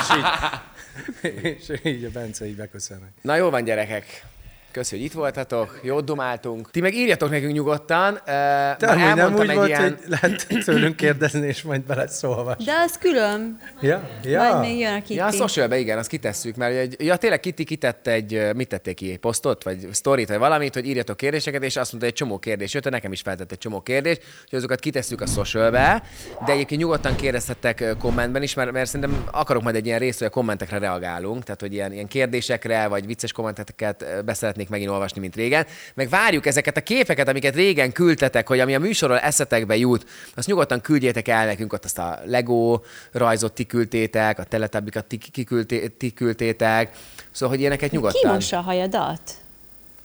S9: és így, és így a Bence így beköszönök.
S5: Na jó van, gyerekek. Kösz, hogy itt voltatok, jót domáltunk. Ti meg írjatok nekünk nyugodtan. Te
S9: Te amúgy nem úgy
S5: egy
S9: volt,
S5: ilyen...
S9: hogy lehet tőlünk kérdezni, és majd beleszólva.
S11: De az külön.
S9: Ja,
S11: Majd
S9: ja.
S11: még jön a Kitty.
S5: Ja, szóval a socialbe, igen, azt kitesszük, mert egy, ja, tényleg Kitty kitett egy, ö, mit tették ki, posztot, vagy sztorit, vagy valamit, hogy írjatok kérdéseket, és azt mondta, egy csomó kérdés jött, nekem is feltett egy csomó kérdés, hogy azokat kitesszük a socialbe, de egyébként nyugodtan kérdezhettek ö, kommentben is, mert, mert szerintem akarok majd egy ilyen részt, hogy a kommentekre reagálunk, tehát hogy ilyen, ilyen kérdésekre, vagy vicces kommenteket ö, beszeretnék megint olvasni, mint régen. Meg várjuk ezeket a képeket, amiket régen küldtetek, hogy ami a műsorról eszetekbe jut, azt nyugodtan küldjétek el nekünk, ott azt a Lego rajzot ti küldtétek, a teletabbikat ti, kiküldté, ti küldtétek, szóval, hogy ilyeneket nyugodtan.
S11: Ki mossa a hajadat?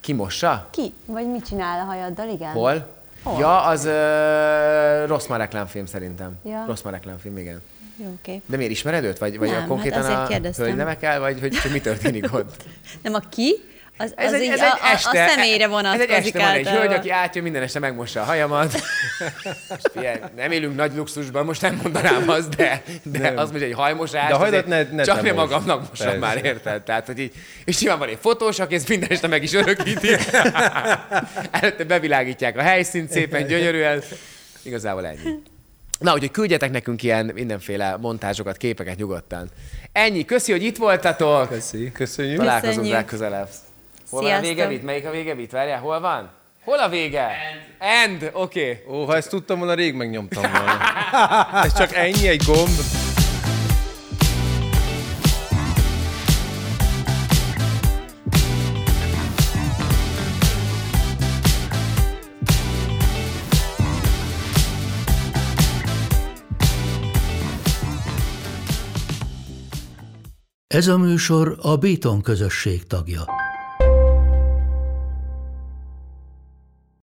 S5: Kimossa?
S11: Ki? Vagy mit csinál a hajaddal, igen?
S5: Hol?
S11: Hol?
S5: Ja, az ö, rossz már reklámfilm szerintem.
S11: Ja.
S5: Rossz már reklámfilm, igen.
S11: Jó kép.
S5: De miért ismered őt? Vagy, vagy
S11: Nem, hát
S5: konkrétan
S11: azért
S5: a
S11: kérdeztem.
S5: hölgynemekkel, vagy hogy mi történik ott?
S11: Nem a ki, az,
S5: Ez
S11: az
S5: egy,
S11: így
S5: ez
S11: a,
S5: egy
S11: a,
S5: este,
S11: a személyre
S5: Ez
S11: vonatkozik
S5: egy este van egy
S11: általában.
S5: hölgy, aki átjön, minden este megmossa a hajamat. És Ilyen, nem élünk nagy luxusban, most nem mondanám azt, de, de
S6: Nem.
S5: az most egy hajmosás.
S6: De a hajadat
S5: azért
S6: ne- ne
S5: Csak
S6: te
S5: nem
S6: mosd.
S5: magamnak mosom
S6: Persze.
S5: már, érted? Tehát, hogy így, és nyilván van egy fotós, aki ezt minden este meg is örökíti. Előtte bevilágítják a helyszínt szépen, gyönyörűen. Igazából ennyi. Na, úgyhogy küldjetek nekünk ilyen mindenféle montázsokat, képeket nyugodtan. Ennyi, köszi, hogy itt voltatok.
S9: Köszi.
S6: Köszönjük.
S5: Találkozunk
S11: Köszönjük.
S5: legközelebb. Hol van a
S11: Sziasztok.
S5: vége, Vit? Melyik a vége, Vit? Várjál, hol van? Hol a vége? End. End, oké. Okay.
S6: Ó, ha ezt tudtam volna, rég megnyomtam volna. Ez csak ennyi, egy gomb.
S1: Ez a műsor a Béton közösség tagja.